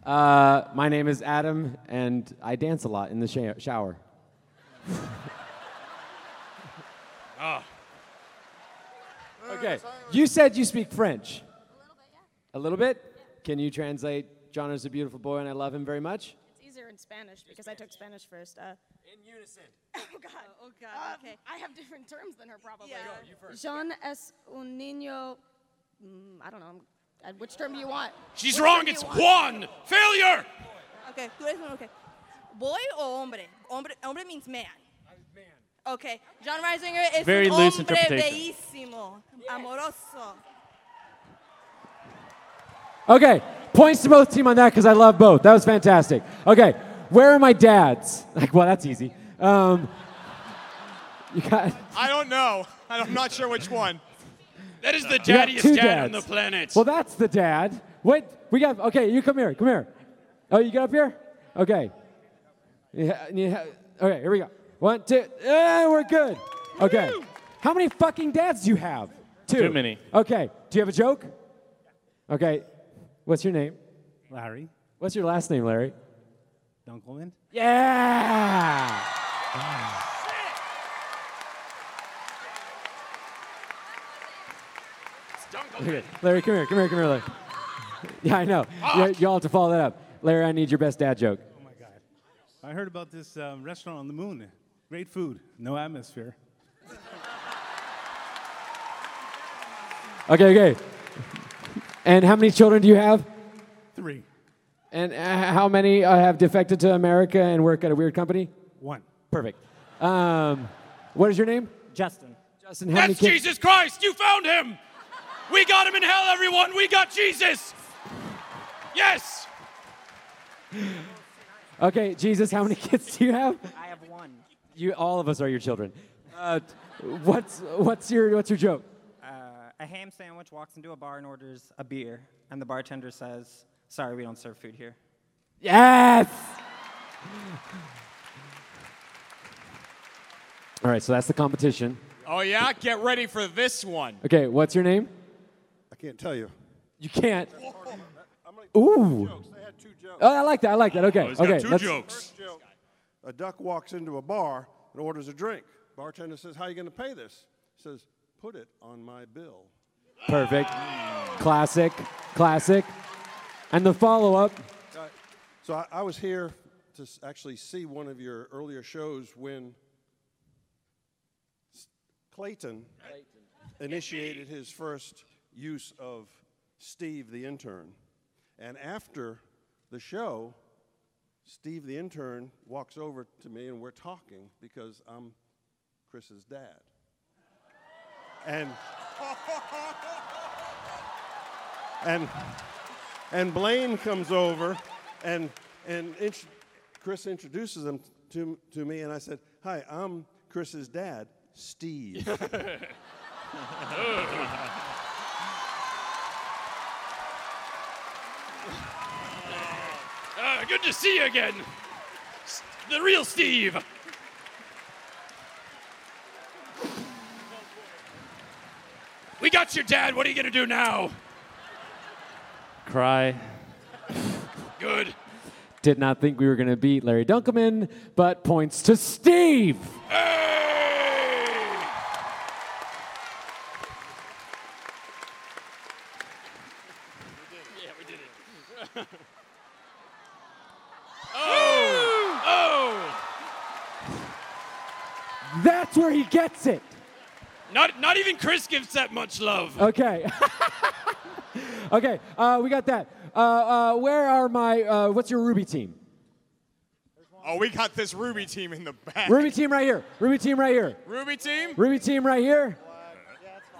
B: Uh, my name is Adam, and I dance a lot in the sho- shower.
C: Ah.
B: Okay. You said you speak French. A little bit, yeah. A little bit? Can you translate John is a beautiful boy and I love him very much?
H: It's easier in Spanish because I took Spanish first. Uh, in unison. Oh God. Oh, God. okay. I have different terms than her probably.
O: Go, you first.
H: John es un niño. Mm, I don't know. Uh, Which term do you want?
C: She's
H: Which term
C: wrong.
H: do
C: It's
H: you want?
C: Juan. Failure.
O: Okay, tú eres un- okay. Boy o hombre? Hombre, hombre means man. Man. Okay, John Reisinger es
G: Very
O: un
G: loose
O: hombre
G: interpretation.
O: bellísimo, amoroso.
B: Okay, points to both team on that because I love both. That was fantastic. Okay, where are my dads? Like, well, that's easy. Um, you got
P: I don't know. I'm not sure which one.
C: That is the
B: you got two
C: daddiest dad on the
B: dads.
C: planet.
B: Well, that's the dad. Wait, we got. Okay, you come here. Come here. Oh, you get up here. Okay. Yeah, yeah, okay, here we go. One, two. Yeah, we're good. Okay. How many fucking dads do you have? Two.
G: Too many.
B: Okay. Do you have a joke? Okay. What's your name?
E: Larry
B: What's your last name, Larry?
E: Dunkelman.
B: Yeah. Okay, Larry, come here, come here, come here, Larry. Yeah, I know. You, you all have to follow that up. Larry, I need your best dad joke.
E: I heard about this um, restaurant on the moon. Great food, no atmosphere.
B: Okay, okay. And how many children do you have?
E: Three.
B: And uh, how many uh, have defected to America and work at a weird company?
E: One.
B: Perfect. Um, what is your name?
E: Justin.
B: Justin, how many
C: That's
B: kids?
C: Jesus Christ. You found him. We got him in hell, everyone. We got Jesus. Yes.
B: Okay, Jesus, how many kids do you have?
F: I have one.
B: You, all of us are your children. Uh, what's what's your what's your joke?
F: Uh, a ham sandwich walks into a bar and orders a beer, and the bartender says, "Sorry, we don't serve food here."
B: Yes. All right, so that's the competition.
P: Oh yeah, get ready for this one.
B: Okay, what's your name?
Q: I can't tell you.
B: You can't. Ooh. Oh, I like that. I like that. Okay.
D: he's got
B: okay.
D: two
B: let's-
D: First joke. A duck walks into a bar and orders a drink. Bartender says, "How you going to pay this?" He says, "Put it on my bill."
B: Perfect. Classic. Classic. And the follow up.
D: Uh, so I, I was here to s- actually see one of your earlier shows when S- Clayton, initiated his first use of Steve the intern. And after the show, Steve the intern walks over to me and we're talking because I'm Chris's dad. And and and Blaine comes over, and and int- Chris introduces him to to me, and I said, "Hi, I'm Chris's dad, Steve."
C: Uh, good to see you again. S- The real Steve. We got your dad. What are you going to do now?
G: Cry.
C: Good.
B: Did not think we were going to beat Larry Dunkelman, but points to Steve.
C: Yeah, we did it. oh! Oh!
B: That's where he gets it.
C: Not, not even Chris gives that much love.
B: Okay. okay. Uh, we got that. Uh, uh, where are my, uh, what's your Ruby team?
P: Oh, we got this Ruby team in the back.
B: Ruby team right here. Ruby team right here.
P: Ruby team?
B: Ruby team right here.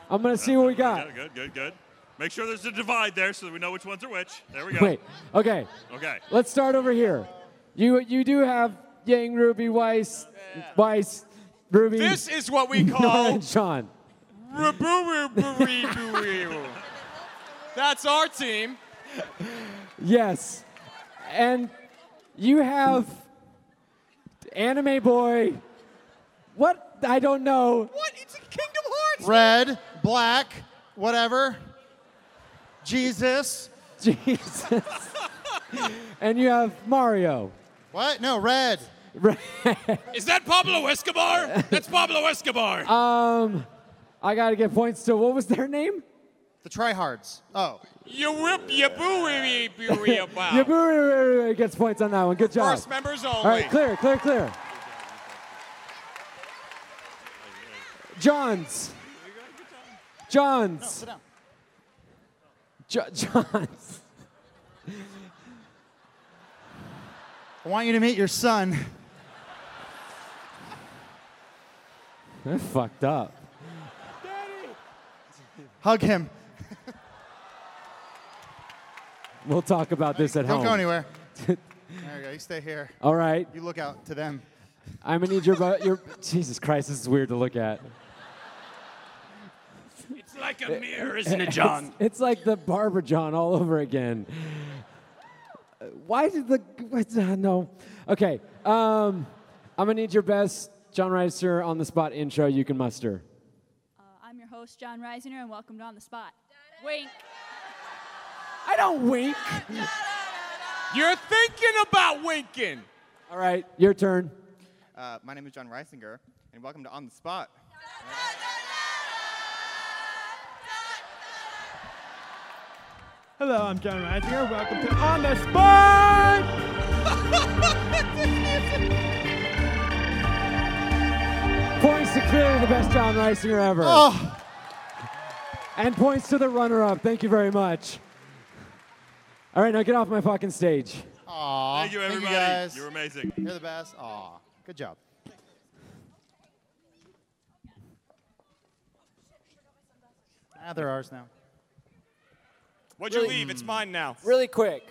B: I'm going to see what we got.
R: Good, good, good, good. Make sure there's a divide there so that we know which ones are which. There we go.
B: Wait. Okay.
R: Okay.
B: Let's start over here. You you do have Yang Ruby Weiss Weiss Ruby.
P: This is what we
B: Nora,
P: call-
B: and Sean.
P: Rubu-rubu-rubu. That's our team.
B: Yes, and you have anime boy. What I don't know.
P: What? It's a Kingdom Hearts.
S: Red, black, whatever. Jesus.
B: Jesus. and you have Mario.
S: What? No, red.
B: Red.
C: Is that Pablo
B: Uh,
C: Escobar? That's Pablo Escobar.
B: Um, I gotta get points to what was their name?
E: The tryhards. Oh.
H: You whip, you boo, you boo,
B: Yaburi gets points on that one. Good job.
H: First members
B: All right,
H: only.
B: clear, clear, clear. Johns. Johns. Jo- Johns.
E: I want you to meet your son.
B: They're fucked up.
E: Hug him.
B: We'll talk about this at
E: Don't
B: home.
E: go anywhere. there you go. You stay here.
B: All right.
E: You look out to them.
B: I'm gonna need your bu- your. Jesus Christ, this is weird to look at.
K: It's like a mirror, isn't it, John?
B: It's, it's like the Barbara John all over again. Uh, Why did the what- uh, no? Okay, um, I'm gonna need your best John Reiser on the spot intro you can muster.
T: I'm your host, John Reisinger, and welcome to On the Spot.
M: Wink.
B: I don't wink.
H: You're thinking about winking.
B: All right, your turn.
U: Uh, my name is John Reisinger, and welcome to On the Spot.
V: Hello, I'm John Reisinger. Welcome to On the Spot!
B: Points to clearly the best John Reisinger ever.
E: Oh.
B: And points to the runner-up. Thank you very much. All right, now get off my fucking stage.
E: Aw.
K: Thank you, everybody.
E: guys.
K: You're amazing.
E: You're the best. Aw. Good job. Ah, they're ours now.
H: What'd you leave? It's mine now.
B: Really quick.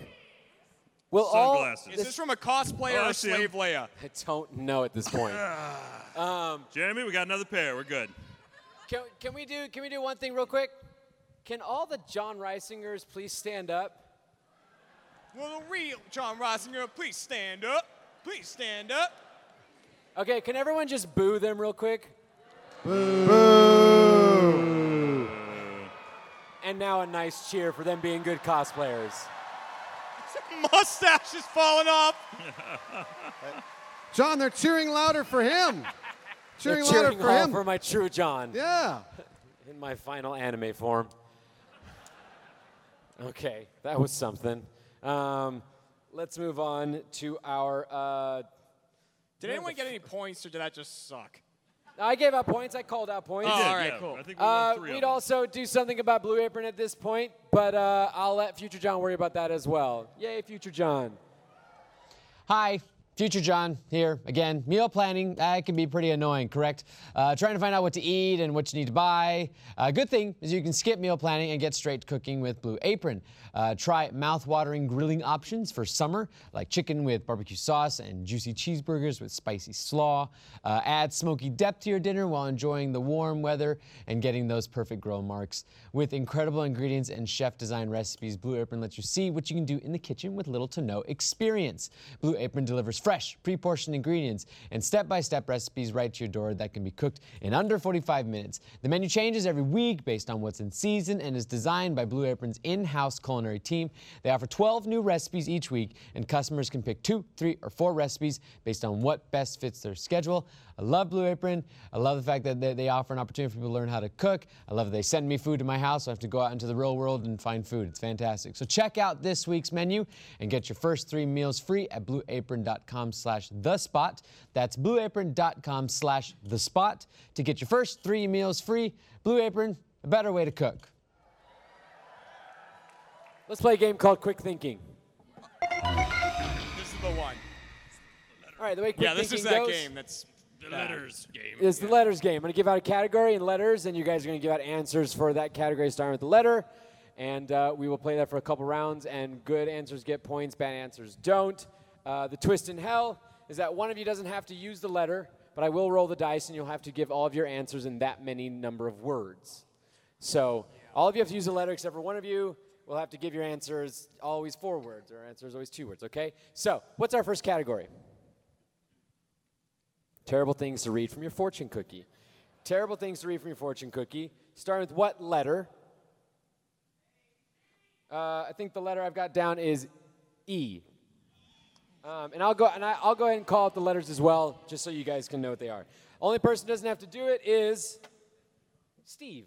H: Will
B: all-
H: Is this from a cosplayer
K: Oh, I
H: or
K: see 'em.
H: slave Leia?
B: I don't know at this point.
K: um, Jeremy, we got another pair. We're good.
B: Can, can we do can we do one thing real quick? Can all the John Reisingers please stand up?
H: Will the real John Reisinger please stand up? Please stand up.
B: Okay, can everyone just boo them real quick? And now a nice cheer for them being good cosplayers.
H: Mustache is falling off.
D: John, they're cheering louder for him.
B: They're
D: cheering,
B: cheering
D: louder for
B: all
D: him.
B: for my true John.
D: yeah.
B: In my final anime form. Okay, that was something. Um, let's move on to our. Uh,
H: Did anyone get any points or did that just suck?
B: I gave out points. I called out points.
H: You did, Oh, All right, yeah. cool. I think we won
B: uh,
H: three of
B: we'd
H: them.
B: also do something about Blue Apron at this point, but uh, I'll let Future John worry about that as well. Yay, Future John.
J: Hi, Future John here again. Meal planning, that can be pretty annoying, correct? Uh, trying to find out what to eat and what you need to buy. Uh, good thing is you can skip meal planning and get straight to cooking with Blue Apron. Uh, try mouth-watering grilling options for summer, like chicken with barbecue sauce and juicy cheeseburgers with spicy slaw. Uh, add smoky depth to your dinner while enjoying the warm weather and getting those perfect grill marks. With incredible ingredients and chef designed recipes, Blue Apron lets you see what you can do in the kitchen with little to no experience. Blue Apron delivers fresh, pre portioned ingredients and step by step recipes right to your door that can be cooked in under 45 minutes. The menu changes every week based on what's in season and is designed by Blue Apron's in house culinary team. They offer 12 new recipes each week, and customers can pick two, three, or four recipes based on what best fits their schedule. I love Blue Apron. I love the fact that they, they offer an opportunity for people to learn how to cook. I love that they send me food to my house. So I have to go out into the real world and find food. It's fantastic. So check out this week's menu and get your first three meals free at blueapron.com slash the spot. That's blueapron.com slash the spot to get your first three meals free. Blue Apron, a better way to cook.
B: Let's play a game called Quick Thinking.
H: This is the one.
B: All right, the way quick
H: Yeah, this is
B: thinking
H: that
B: goes-
H: game that's
K: The letters game.
B: It's the letters game. I'm going to give out a category and letters, and you guys are going to give out answers for that category starting with the letter. And uh, we will play that for a couple rounds, and good answers get points, bad answers don't. Uh, the twist in hell is that one of you doesn't have to use the letter, but I will roll the dice, and you'll have to give all of your answers in that many number of words. So all of you have to use a letter except for one of you will have to give your answers always four words, or answers always two words, okay? So, what's our first category? Terrible things to read from your fortune cookie. Terrible things to read from your fortune cookie. Start with what letter? Uh, I think the letter I've got down is E. Um, and I'll go and I, I'll go ahead and call out the letters as well, just so you guys can know what they are. Only person who doesn't have to do it is Steve.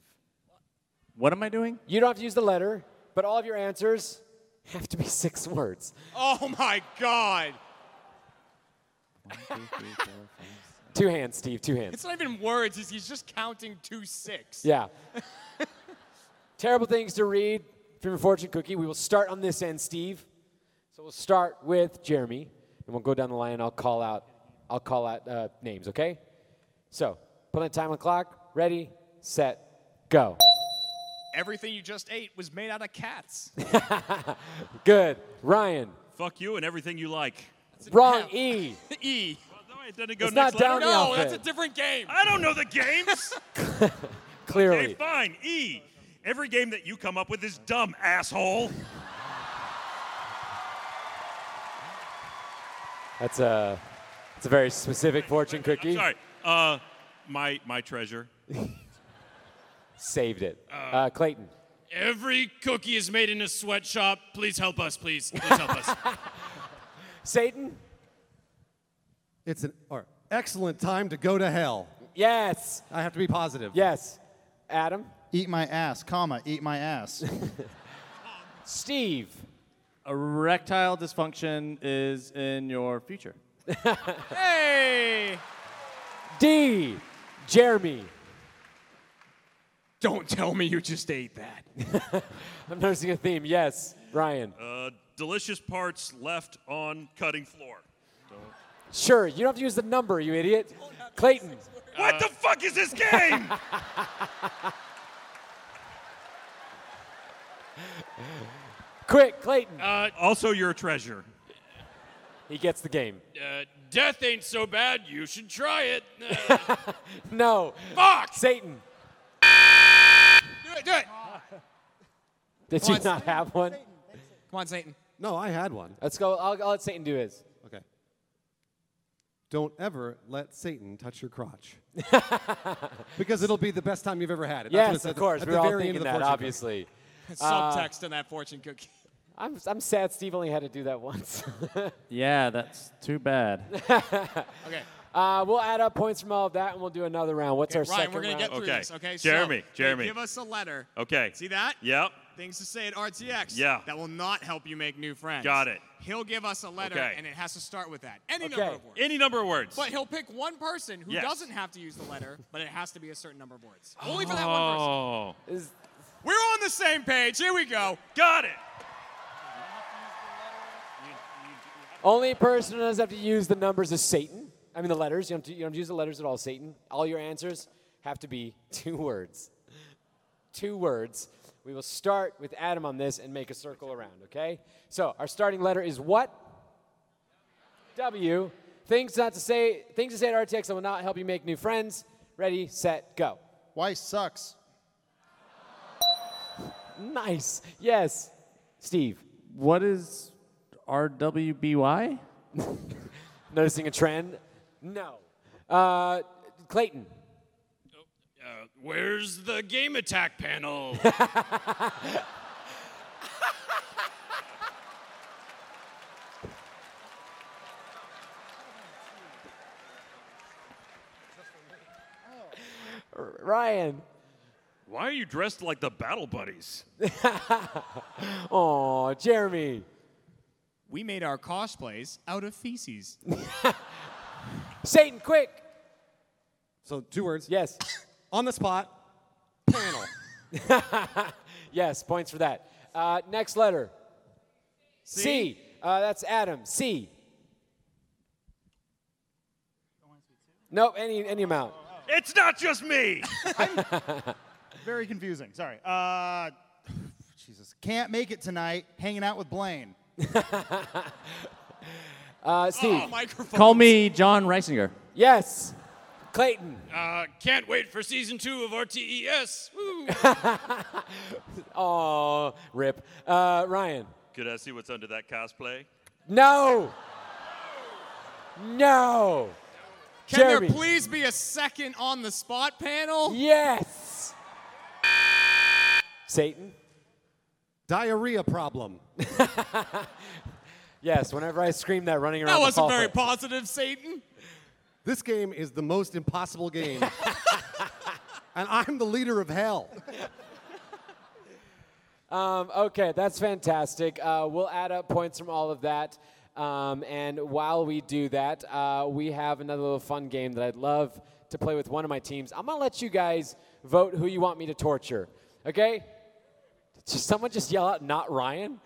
F: What am I doing?
B: You don't have to use the letter, but all of your answers have to be six words.
C: Oh my God.
B: Two hands, Steve, two hands.
H: It's not even words. He's, he's just counting to six.
B: Yeah. Terrible things to read from your fortune cookie. We will start on this end, Steve. So we'll start with Jeremy, and we'll go down the line. I'll call out, I'll call out uh, names. Okay. So put on time on the clock. Ready, set, go.
H: Everything you just ate was made out of cats.
B: Good, Ryan.
K: Fuck you and everything you like.
B: Wrong E.
H: e.
K: All right, then it go
B: It's
K: next
B: not down
K: letter.
B: the No, that's
H: It's a different game.
K: I don't know the games. Okay,
B: Clearly.
K: fine. E. Every game that you come up with is dumb, asshole.
B: That's a, it's a very specific fortune cookie.
K: Sorry. Uh, my my treasure.
B: Saved it.
C: Uh,
B: Uh, Clayton.
C: Every cookie is made in a sweatshop. Please help us, please. Please help us.
B: Satan.
D: It's an or, excellent time to go to hell.
B: Yes.
D: I have to be positive.
B: Yes. Adam.
E: Eat my ass, comma, eat my ass.
B: Steve.
F: Erectile dysfunction is in your future.
H: Hey.
B: D. Jeremy.
H: Don't tell me you just ate that.
B: I'm noticing a theme. Yes, Ryan.
K: Uh, delicious parts left on cutting floor.
B: Sure. You don't have to use the number, you idiot. Clayton.
K: What the fuck is this game?
B: Quick, Clayton.
K: Uh, also, your treasure.
B: He gets the game.
C: Uh, death ain't so bad. You should try it. Uh,
B: No.
C: Fuck!
B: Satan.
H: Do it, do it.
B: Did you not have one?
H: Come on, Satan.
D: No, I had one.
B: Let's go. I'll, I'll let Satan do his.
D: Okay. Don't ever let Satan touch your crotch. because it'll be the best time you've ever had. It. That's what it
B: yes,
D: says
B: of course.
D: at
B: We're
D: the
B: all
D: very end
B: thinking
D: of the
B: that,
D: fortune
B: obviously. Uh,
H: Subtext in that fortune cookie.
B: I'm, I'm sad Steve only had to do that once.
F: Yeah, that's too bad.
H: Okay.
B: Uh, we'll add up points from all of that, and we'll do another round. What's
H: Okay,
B: our
H: Ryan,
B: second
H: we're gonna
B: round?
H: get through
K: Okay.
H: this, okay?
K: Jeremy,
H: so, they
K: Jeremy.
H: Give us a letter.
K: Okay.
H: See that?
K: Yep.
H: Things to say at RTX.
K: Yeah.
H: That will not help you make new friends.
K: Got it.
H: He'll give us a letter,
K: Okay.
H: and it has to start with that. Any number of words.
K: Any number of words.
H: But he'll pick one person who
K: Yes.
H: doesn't have to use the letter, but it has to be a certain number of words. Only for that one person.
K: Oh.
H: We're on the same page. Here we
C: Oh,
H: go.
K: Got it.
B: Only person who doesn't have to use the numbers is Satan. I mean, the letters. You don't, have to, you don't have to use the letters at all, Satan. All your answers have to be two words. Two words. We will start with Adam on this and make a circle around, okay? So, our starting letter is what? W. Things not to say, things to say at RTX that will not help you make new friends. Ready, set, go.
E: Why sucks?
B: Nice. Yes. Steve.
F: What is RWBY?
B: Noticing a trend? No. Uh, Clayton.
C: Uh, where's the game attack
K: oh.
C: panel?
B: R- Ryan.
K: Why are you dressed like the Battle Buddies?
B: Oh, Jeremy.
H: We made our cosplays out of feces.
B: Satan, quick.
D: So two words.
B: Yes.
D: On the spot. Panel.
B: yes, points for that. Uh, next letter. C. Uh, that's Adam. C. Nope, any any amount.
K: It's not just me.
E: Very confusing. Sorry. Uh, Jesus. Can't make it tonight. Hanging out with Blaine.
B: Uh, Steve.
F: Call me John Reisinger.
B: Yes. Clayton.
C: Uh, can't wait for season two of RTES. Woo.
B: Oh, rip. Uh, Ryan.
K: Could I see what's under that cosplay?
B: No. No.
H: Can
B: Jeremy.
H: there please be a second on the spot panel?
B: Yes. Satan.
D: Diarrhea problem.
B: Yes. Whenever I scream that, running around.
H: That
B: the
H: wasn't
B: hall
H: very
B: for-
H: positive, Satan.
D: This game is the most impossible game. and I'm the leader of hell.
B: Um, okay, that's fantastic. Uh, we'll add up points from all of that. Um, and while we do that, uh, we have another little fun game that I'd love to play with one of my teams. I'm going to let you guys vote who you want me to torture. Okay? Did someone just yell out, not Ryan?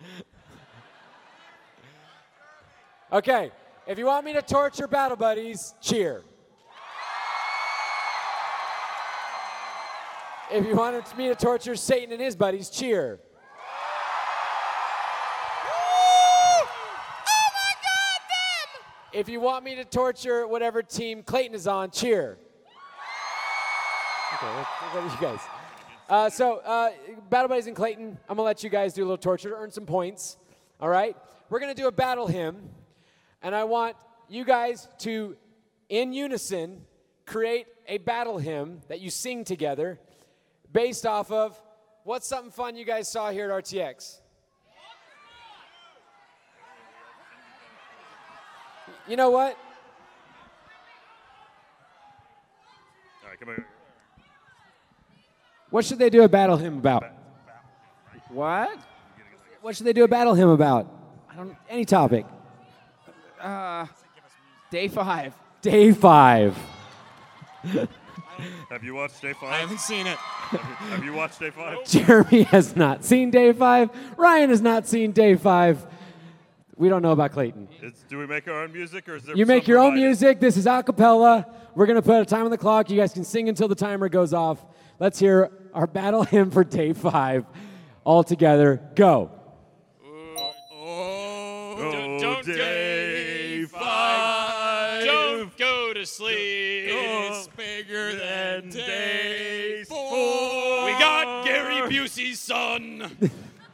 B: okay, if you want me to torture Battle Buddies, cheer. If you wanted me to torture Satan and his buddies, cheer. If you want me to torture whatever team Clayton is on, cheer. Okay, what, what are you guys? Uh, so, uh, Battle Buddies and Clayton, I'm gonna let you guys do a little torture to earn some points. All right? We're gonna do a battle hymn, and I want you guys to, in unison, create a battle hymn that you sing together based off of what's something fun you guys saw here at RTX? You know what?
K: All right, come here.
B: What should they do a battle hymn about?
A: What?
B: What should they do a battle hymn about? I don't any topic.
A: Uh, day five.
B: Day five.
K: Have you watched Day Five? I haven't seen it. Have you, have you watched Day Five?
B: Jeremy has not seen day five. Ryan has not seen day five. We don't know about Clayton.
K: It's, do we make our own music, or is there?
B: You make
K: some
B: your own
K: provided?
B: music. This is a cappella. We're going to put a time on the clock. You guys can sing until the timer goes off. Let's hear our battle hymn for day five. All together, go.
K: Oh, don't day
I: five. Don't go to sleep.
K: Oh.
I: It's
K: bigger than
I: day four. We got Gary Busey's son.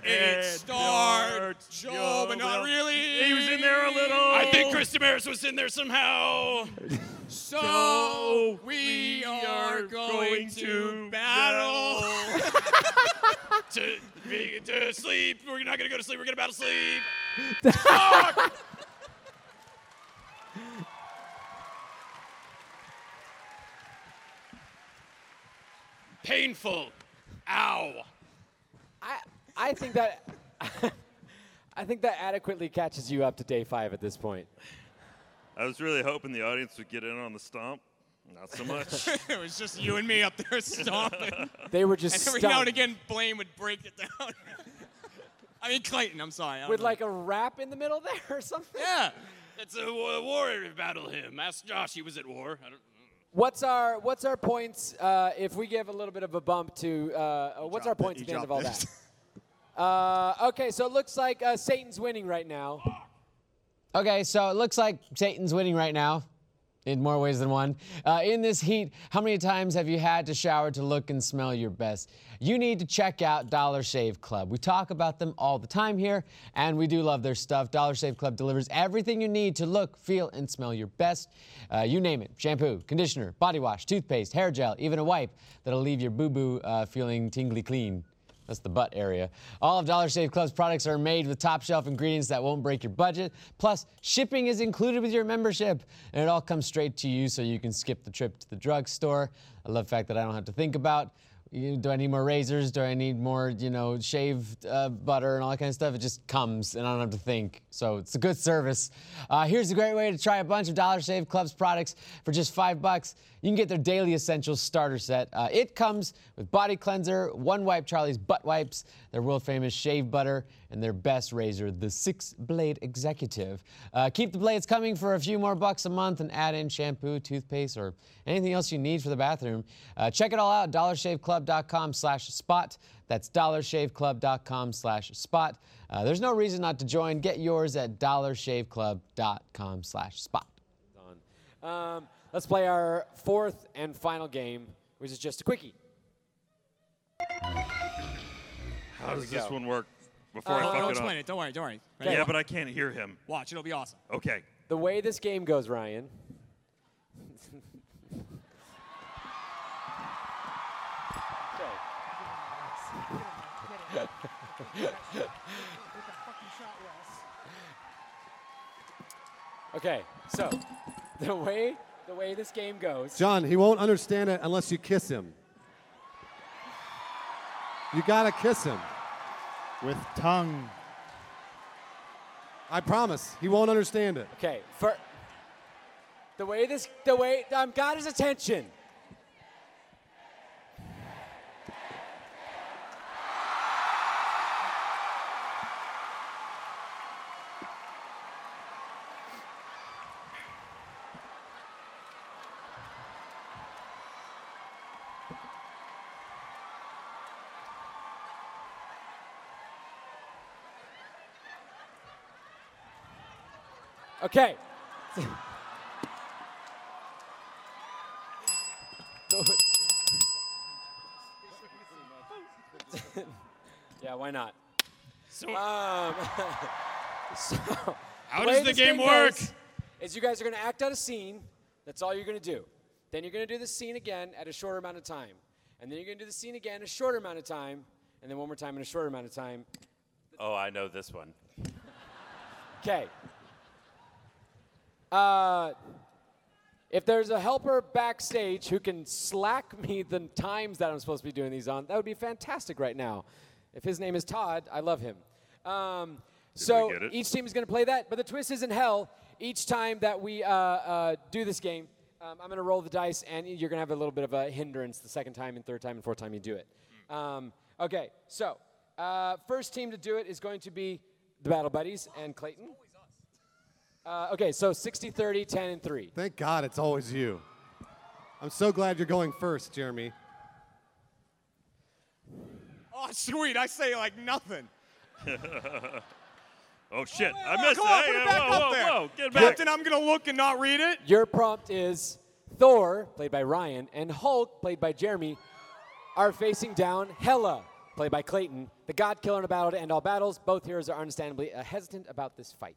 H: It starred Joe, but not really.
I: He was in there a little. I think Chris Damaris was in there somehow. Oh,
C: Oh,
H: So we are going to battle.
I: to, be, to sleep. We're not gonna go to sleep. We're gonna battle sleep. Fuck! Painful. Ow.
B: I I think that I think that adequately catches you up to day five at this point.
K: I was really hoping the audience would get in on the stomp. Not so much.
H: it was just you and me up there stomping.
B: They were just
H: And every now
B: stunned.
H: and again, Blaine would break it down. I mean, Clayton, I'm sorry. I don't
B: With
H: know.
B: like a rap in the middle there or something.
I: Yeah. It's a wa- warrior battle hymn. Ask Josh. He was at war. I don't.
B: What's our what's our points uh, if we give a little bit of a bump to uh, uh, what's our
I: dropped it.
B: points
I: You
B: at the end of all
I: dropped
B: that? uh, okay, so it looks like uh, Satan's winning right now.
J: Okay, so it looks like Satan's winning right now in more ways than one. Uh, in this heat, how many times have you had to shower to look and smell your best? You need to check out Dollar Shave Club. We talk about them all the time here, and we do love their stuff. Dollar Shave Club delivers everything you need to look, feel, and smell your best. Uh, you name it shampoo, conditioner, body wash, toothpaste, hair gel, even a wipe that'll leave your boo boo uh, feeling tingly clean. That's the butt area. All of Dollar Shave Club's products are made with top shelf ingredients that won't break your budget. Plus, shipping is included with your membership, and it all comes straight to you so you can skip the trip to the drugstore. I love the fact that I don't have to think about you- do I need more razors? Do I need more, you know, shaved uh, butter and all that kind of stuff? It just comes and I don't have to think. So it's a good service. Uh, here's a great way to try a bunch of Dollar Shave Club's products for just five bucks. You can get their daily essentials starter set. Uh, it comes with body cleanser, one wipe Charlie's butt wipes, their world famous shave butter, and their best razor, the six blade executive. Uh, keep the blades coming for a few more bucks a month and add in shampoo, toothpaste, or anything else you need for the bathroom. Uh, check it all out, dollarshaveclub.com slash spot. That's dollarshaveclub.com slash spot. Uh, there's no reason not to join. Get yours at dollarshaveclub.com slash spot.
B: Um, let's play our fourth and final game, which is just a quickie.
K: How does this
B: go.
K: one work? Before I
W: Oh,
B: Uh,
K: fuck
B: I'll
K: it
B: explain
K: up?
B: it. Don't worry, don't worry.
K: Yeah,
B: Ready?
K: but I can't hear him.
H: Watch, it'll be awesome.
K: Okay.
B: The way this game goes, Ryan. Okay, so the way the way this game goes.
D: John, he won't understand it unless you kiss him. You gotta kiss him.
E: With tongue.
D: I promise, he won't understand it.
B: Okay, for the way this, the way um, got his attention. Okay. yeah, why not?
H: So,
B: um, so
H: How
B: way
H: does the
B: this
H: game
B: thing
H: work?
B: goes Is you guys are going to act out a scene. That's all you're going to do. Then you're going to do the scene again at a shorter amount of time, and then you're going to do the scene again a shorter amount of time, and then one more time in a shorter amount of time.
X: Oh, I know this one.
B: Okay. Uh, if there's a helper backstage who can slack me the times that I'm supposed to be doing these on, that would be fantastic right now. If his name is Todd, I love him. Um, so
X: get it?
B: each team is going to play that, but the twist is in hell. Each time that we uh, uh, do this game, um, I'm going to roll the dice, and you're going to have a little bit of a hindrance the second time, and third time, and fourth time you do it. Um, okay, so uh, first team to do it is going to be the Battle Buddies and Clayton. Uh, okay, so 60, 30, 10, and 3.
D: Thank God it's always you. I'm so glad you're going first, Jeremy.
W: Oh, sweet. I say like nothing.
C: oh shit! I
W: Oh,
C: missed
W: come
C: it.
W: on, put
C: Hey,
W: it
C: hey,
W: back
C: whoa,
W: up
C: whoa,
W: there.
C: whoa, Get it back.
W: Captain, I'm going to look and not read it.
B: Your prompt is Thor, played by Ryan, and Hulk, played by Jeremy, are facing down Hela, played by Clayton, the god killer in a battle to end all battles. Both heroes are understandably uh, hesitant about this fight.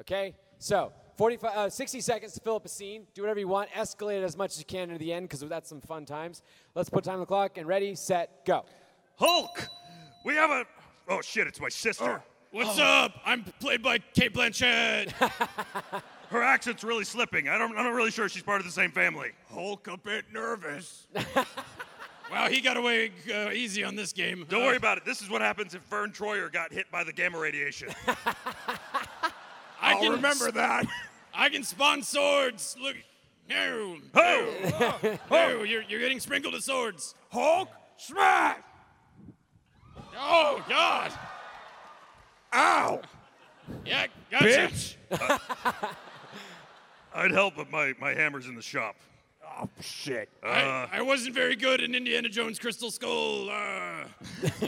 B: Okay, so 45, uh, 60 seconds to fill up a scene. Do whatever you want. Escalate it as much as you can to the end because that's some fun times. Let's put time on the clock and ready, set, go.
C: Hulk, we have a. Oh shit! It's my sister.
H: What's
C: Oh.
H: up? I'm played by Kate Blanchett.
C: Her accent's really slipping. I don't. I'm not really sure she's part of the same family.
H: Hulk a bit nervous. wow, he got away uh, easy on this game.
C: Don't worry about it. This is what happens if Vern Troyer got hit by the gamma radiation.
H: I
C: I'll
H: can
C: remember that.
H: I can spawn swords. Look, no,
C: Oh,
H: no, no, you're, you're getting sprinkled with swords. Hulk smash. Oh God. Ow. Yeah, gotcha.
C: Bitch. I'd help, but my, my hammer's in the shop. Oh shit. Uh,
H: I, I wasn't very good in Indiana Jones Crystal Skull. Uh, I'm,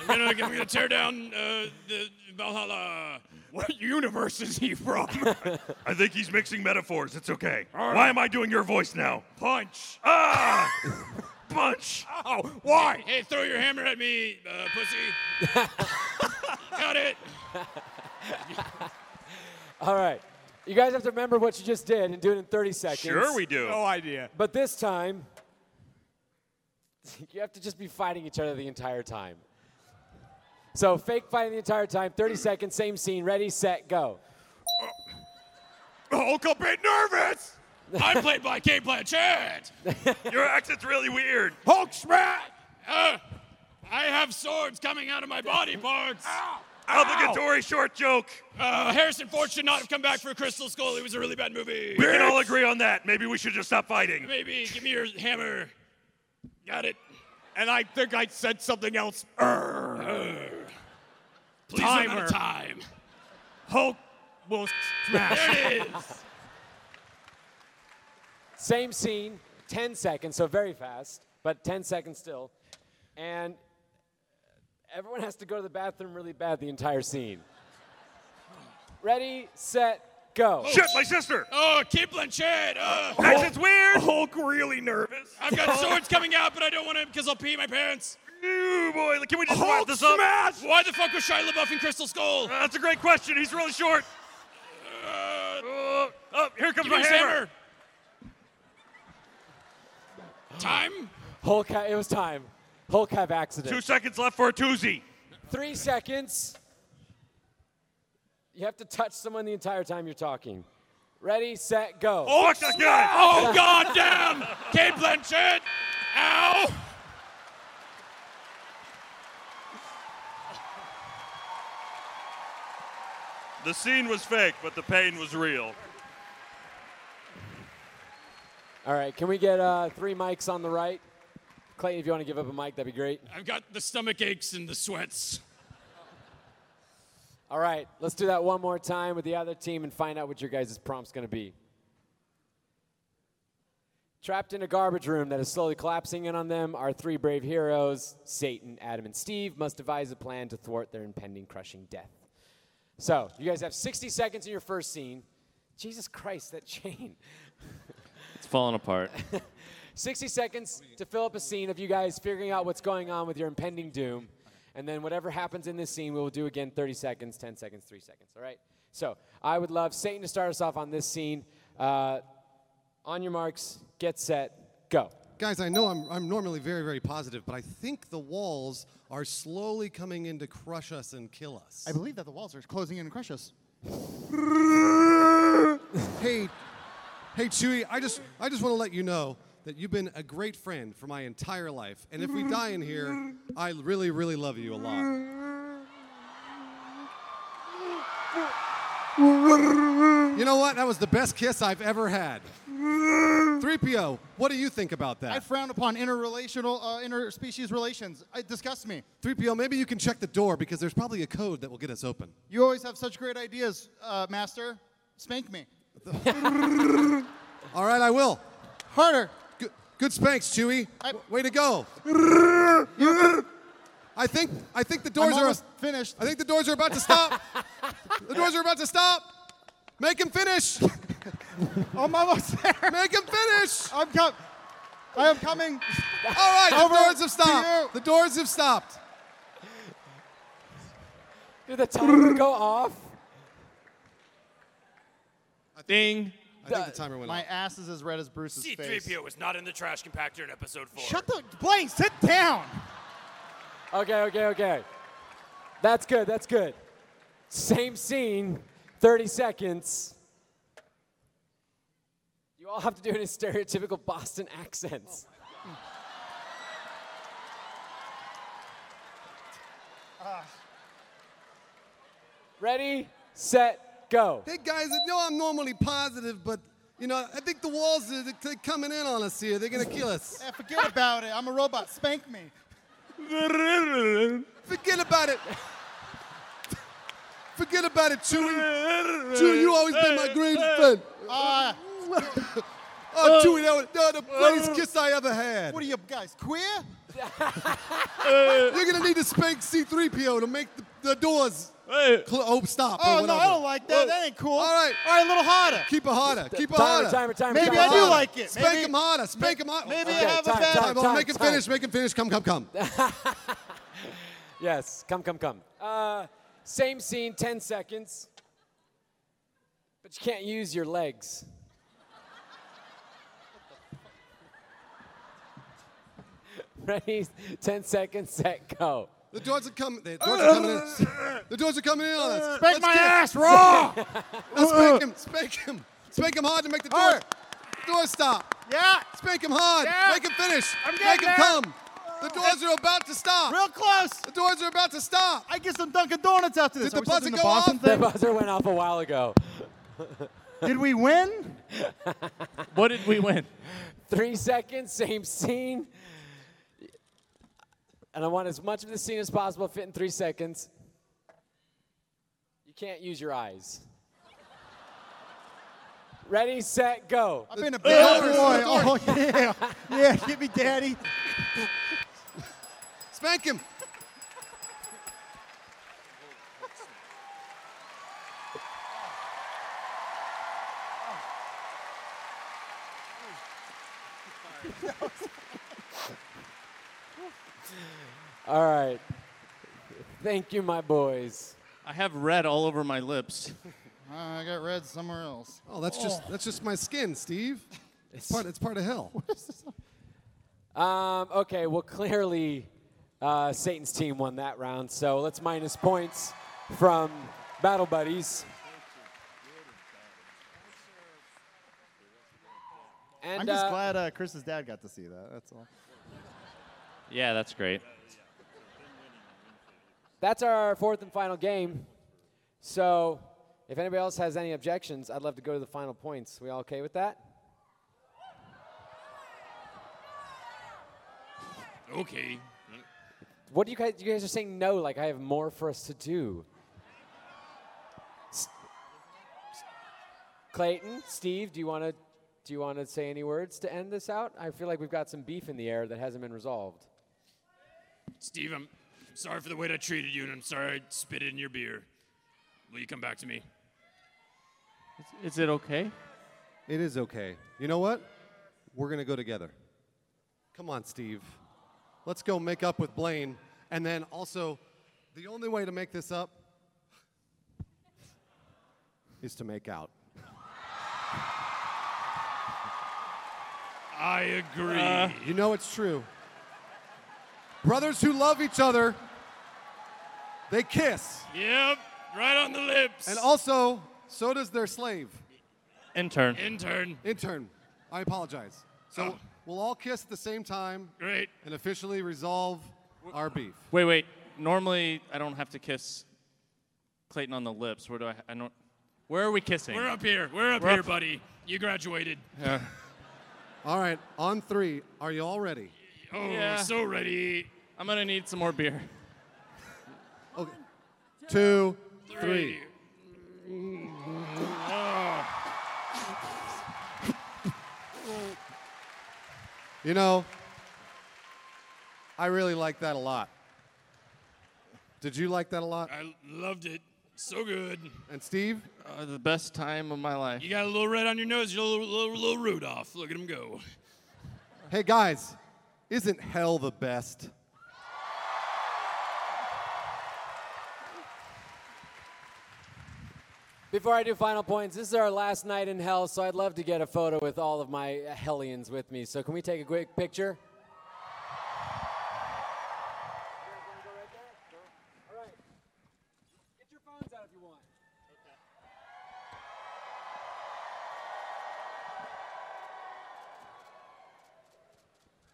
H: gonna, I'm gonna tear down uh, the Valhalla. What universe is he from?
C: I think he's mixing metaphors. It's okay.
H: All right.
C: Why am I doing your voice now?
H: Punch.
C: Ah! Punch.
H: Oh, why? Hey, throw your hammer at me, uh, pussy. Got it.
B: All right. You guys have to remember what you just did and do it in 30 seconds.
C: Sure we do.
H: Oh,
C: No
W: idea.
B: But this time, you have to just be fighting each other the entire time. So fake fighting the entire time, 30 seconds, same scene, ready, set, go.
H: Hulk a bit nervous. I'm played by Kate Blanchett.
C: Your accent's really weird.
H: Hulk smash. Uh, I have swords coming out of my body parts.
C: Obligatory short joke.
H: Uh, Harrison Ford should not have come back for Crystal Skull. It was a really bad movie.
C: We can all agree on that. Maybe we should just stop fighting.
H: Maybe give me your hammer. Got it.
W: And I think I said something else. Err.
H: Please run out
W: Timer.
H: of time.
W: Hulk will s- smash.
H: There it is.
B: Same scene, 10 seconds, so very fast, but 10 seconds still. And everyone has to go to the bathroom really bad the entire scene. Ready, set, go.
C: Shit, my sister.
H: Oh, Kate Blanchett. Uh,
C: Accent's weird.
H: Hulk really nervous. I've got
C: Oh.
H: swords coming out, but I don't want to because I'll pee my pants.
C: Ooh, boy, can we just wrap
H: Hulk
C: this up?
H: smash! Why the fuck was Shia LaBeouf in Crystal Skull?
C: Uh, that's a great question. He's really short. Uh, oh, here comes
H: Give
C: my
H: me his
C: hammer.
H: hammer. Time?
B: Hulk, ha- it was time. Hulk have accident.
C: Two seconds left for a toozy.
B: Three seconds. You have to touch someone the entire time you're talking. Ready, set, go.
C: Oh, fuck that guy.
H: Oh, god damn! Kate Blanchett! Ow!
K: The scene was fake, but the pain was real.
B: All right, can we get uh, three mics on the right? Clayton, if you want to give up a mic, that'd be great.
C: I've got the stomach aches and the sweats.
B: All right, let's do that one more time with the other team and find out what your guys' prompt's going to be. Trapped in a garbage room that is slowly collapsing in on them, our three brave heroes, Satan, Adam, and Steve, must devise a plan to thwart their impending crushing death. So, you guys have 60 seconds in your first scene. Jesus Christ, that chain.
F: It's falling apart.
B: 60 seconds to fill up a scene of you guys figuring out what's going on with your impending doom. And then whatever happens in this scene, we will do again 30 seconds, 10 seconds, 3 seconds. All right? So I would love Satan to start us off on this scene. Uh, on your marks, get set, go.
D: Guys, I know I'm, I'm normally very, very positive, but I think the walls are slowly coming in to crush us and kill us.
L: I believe that the walls are closing in and crush us.
D: hey, hey, Chewie, I just, I just want to let you know that you've been a great friend for my entire life, and if we die in here, I really, really love you a lot. You know what? That was the best kiss I've ever had. 3PO, what do you think about
E: I
D: that?
E: frown upon interrelational, uh, interspecies relations. It disgusts me.
D: 3PO, maybe you can check the door because there's probably a code that will get us open.
E: You always have such great ideas, uh, Master. Spank me.
D: All right, I will.
E: Harder.
D: Good, good spanks, Chewie. W- Way to go. I think I think the doors
E: almost
D: are finished. I think the doors are about to stop. the doors are about to stop. Make him finish.
E: I'm almost there.
D: Make him finish.
E: I'm com- I am coming.
D: All right, the
E: Over
D: doors have
E: to
D: stopped. The doors have stopped.
B: Did the timer go off?
K: Ding.
D: I think the timer went
L: My
D: off.
L: ass is as red as Bruce's face.
C: C3PO was not in the trash compactor in episode 4.
L: Shut the Blaine, sit down.
B: Okay, okay, okay. That's good, that's good. Same scene, 30 seconds. You all have to do it in stereotypical Boston accents. Ready, set, go.
D: Hey guys, I know I'm normally positive, but you know I think the walls are they're coming in on us here. They're gonna kill us.
E: Yeah, forget about it. I'm a robot. Spank me.
D: Forget about it. Forget about it, Chewie. Chewie, you always been my greatest friend.
B: Ah.
E: Uh,
D: Oh, Chewie, that was, that was the greatest kiss I ever had.
E: what are you guys, queer?
D: You're gonna need to spank C3PO to make the, the doors cl- oh stop. or
E: Oh, no, I
D: whatever.
E: don't like that. That ain't cool.
D: All right,
E: All right, a little harder.
D: keep it harder. Keep it
B: Timer,
D: harder.
B: timer, timer,
E: Maybe
B: timer.
E: I do
D: harder.
E: like it.
D: Spank
E: Maybe-
D: him harder. Spank him harder.
E: Maybe
B: Okay,
E: I have
B: time,
E: a bad
B: time,
D: Time, oh,
B: time,
D: make him
B: time.
D: finish. Make him finish. Come, come, come.
B: Yes, come, come, come. Uh, same scene, 10 seconds. But you can't use your legs. Ready, 10 seconds, set, go.
D: The doors are coming. The doors are coming in. The doors are coming in on us.
E: Spank
D: Let's
E: my
D: get-
E: ass raw.
D: Now spank him. Spank him. Spank him Uh, hard to make the doors, doors stop.
E: yeah.
D: Spank him hard.
E: Yeah.
D: Make him finish.
E: I'm
D: Make
E: getting
D: him
E: there.
D: come. The doors are about to stop.
E: Real close.
D: The doors are about to stop.
E: I get some Dunkin' Donuts after this.
D: Did the
E: Are we still
D: buzzer
E: doing
D: go
E: Boston
D: off?
B: The
E: Thing?
B: buzzer went off a while ago.
E: Did we win?
F: what did we win?
B: Three seconds, same scene. And I want as much of the scene as possible fit in three seconds. You can't use your eyes. Ready, set, go.
E: I've been a big boy. Oh yeah, yeah. Get me, daddy.
D: Spank him.
B: All right. Thank you, my boys.
F: I have red all over my lips.
E: Uh, I got red somewhere else.
D: Oh, that's just that's just my skin, Steve. It's part. It's part of hell.
B: Um, okay, well, clearly uh, Satan's team won that round, so let's minus points from Battle Buddies. And,
L: I'm just
B: uh,
L: glad uh, Chris's dad got to see that. That's all.
F: Yeah, that's great.
B: That's our fourth and final game. So If anybody else has any objections, I'd love to go to the final points. We all okay with that?
C: Okay.
B: What do you guys? You guys are saying no. Like I have more for us to do. S- Clayton, Steve, do you want to do you want to say any words to end this out? I feel like we've got some beef in the air that hasn't been resolved.
C: Steve, I'm sorry for the way I treated you, and I'm sorry I spit in your beer. Will you come back to me?
D: Is it okay? It is okay. You know what? We're going to go together. Come on, Steve. Let's go make up with Blaine. And then also, the only way to make this up is to make out.
C: I agree.
D: you know it's true. Brothers who love each other, they kiss.
C: Yep, right on the lips.
D: And also, so does their slave.
F: Intern.
C: Intern.
D: Intern. I apologize. So we'll all kiss at the same time.
C: Great.
D: And officially resolve our beef.
F: Wait, wait. Normally, I don't have to kiss Clayton on the lips. Where do I? I don't. Where are we kissing?
C: We're up here. We're up
F: We're
C: here,
F: up-
C: buddy. You graduated.
D: all right, on three. Are you all ready?
C: Oh, so ready.
F: I'm gonna need some more beer.
D: Two,
F: three.
D: You know, I really like that a lot. Did you like that a lot?
C: I loved it. So good.
D: And Steve?
F: Uh, the best time of my life.
C: You got a little red on your nose. You're a little, little, little Rudolph. Look at him go.
D: Hey guys, isn't hell the best?
B: Before I do final points, this is our last night in hell, so I'd love to get a photo with all of my hellions with me. So can we take a quick picture?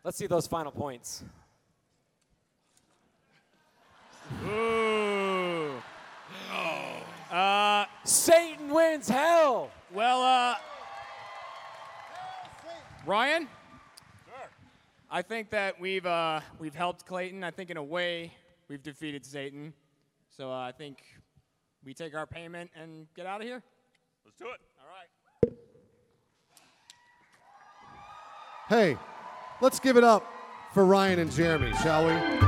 B: Let's see those final points.
F: Ooh.
B: Uh, Satan wins hell.
N: Well, uh, Ryan, I think that we've uh, we've helped Clayton. I think in a way we've defeated Satan. So uh, I think we take our payment and get out of here.
K: Let's do it.
N: All right.
D: Hey, let's give it up for Ryan and Jeremy, shall we?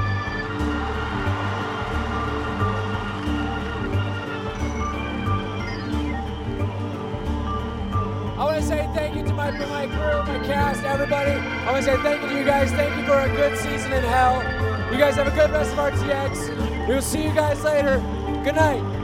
B: I want to say thank you to my, my crew, my cast, everybody. I want to say thank you to you guys. Thank you for a good season in hell. You guys have a good rest of RTX. We will see you guys later. Good night.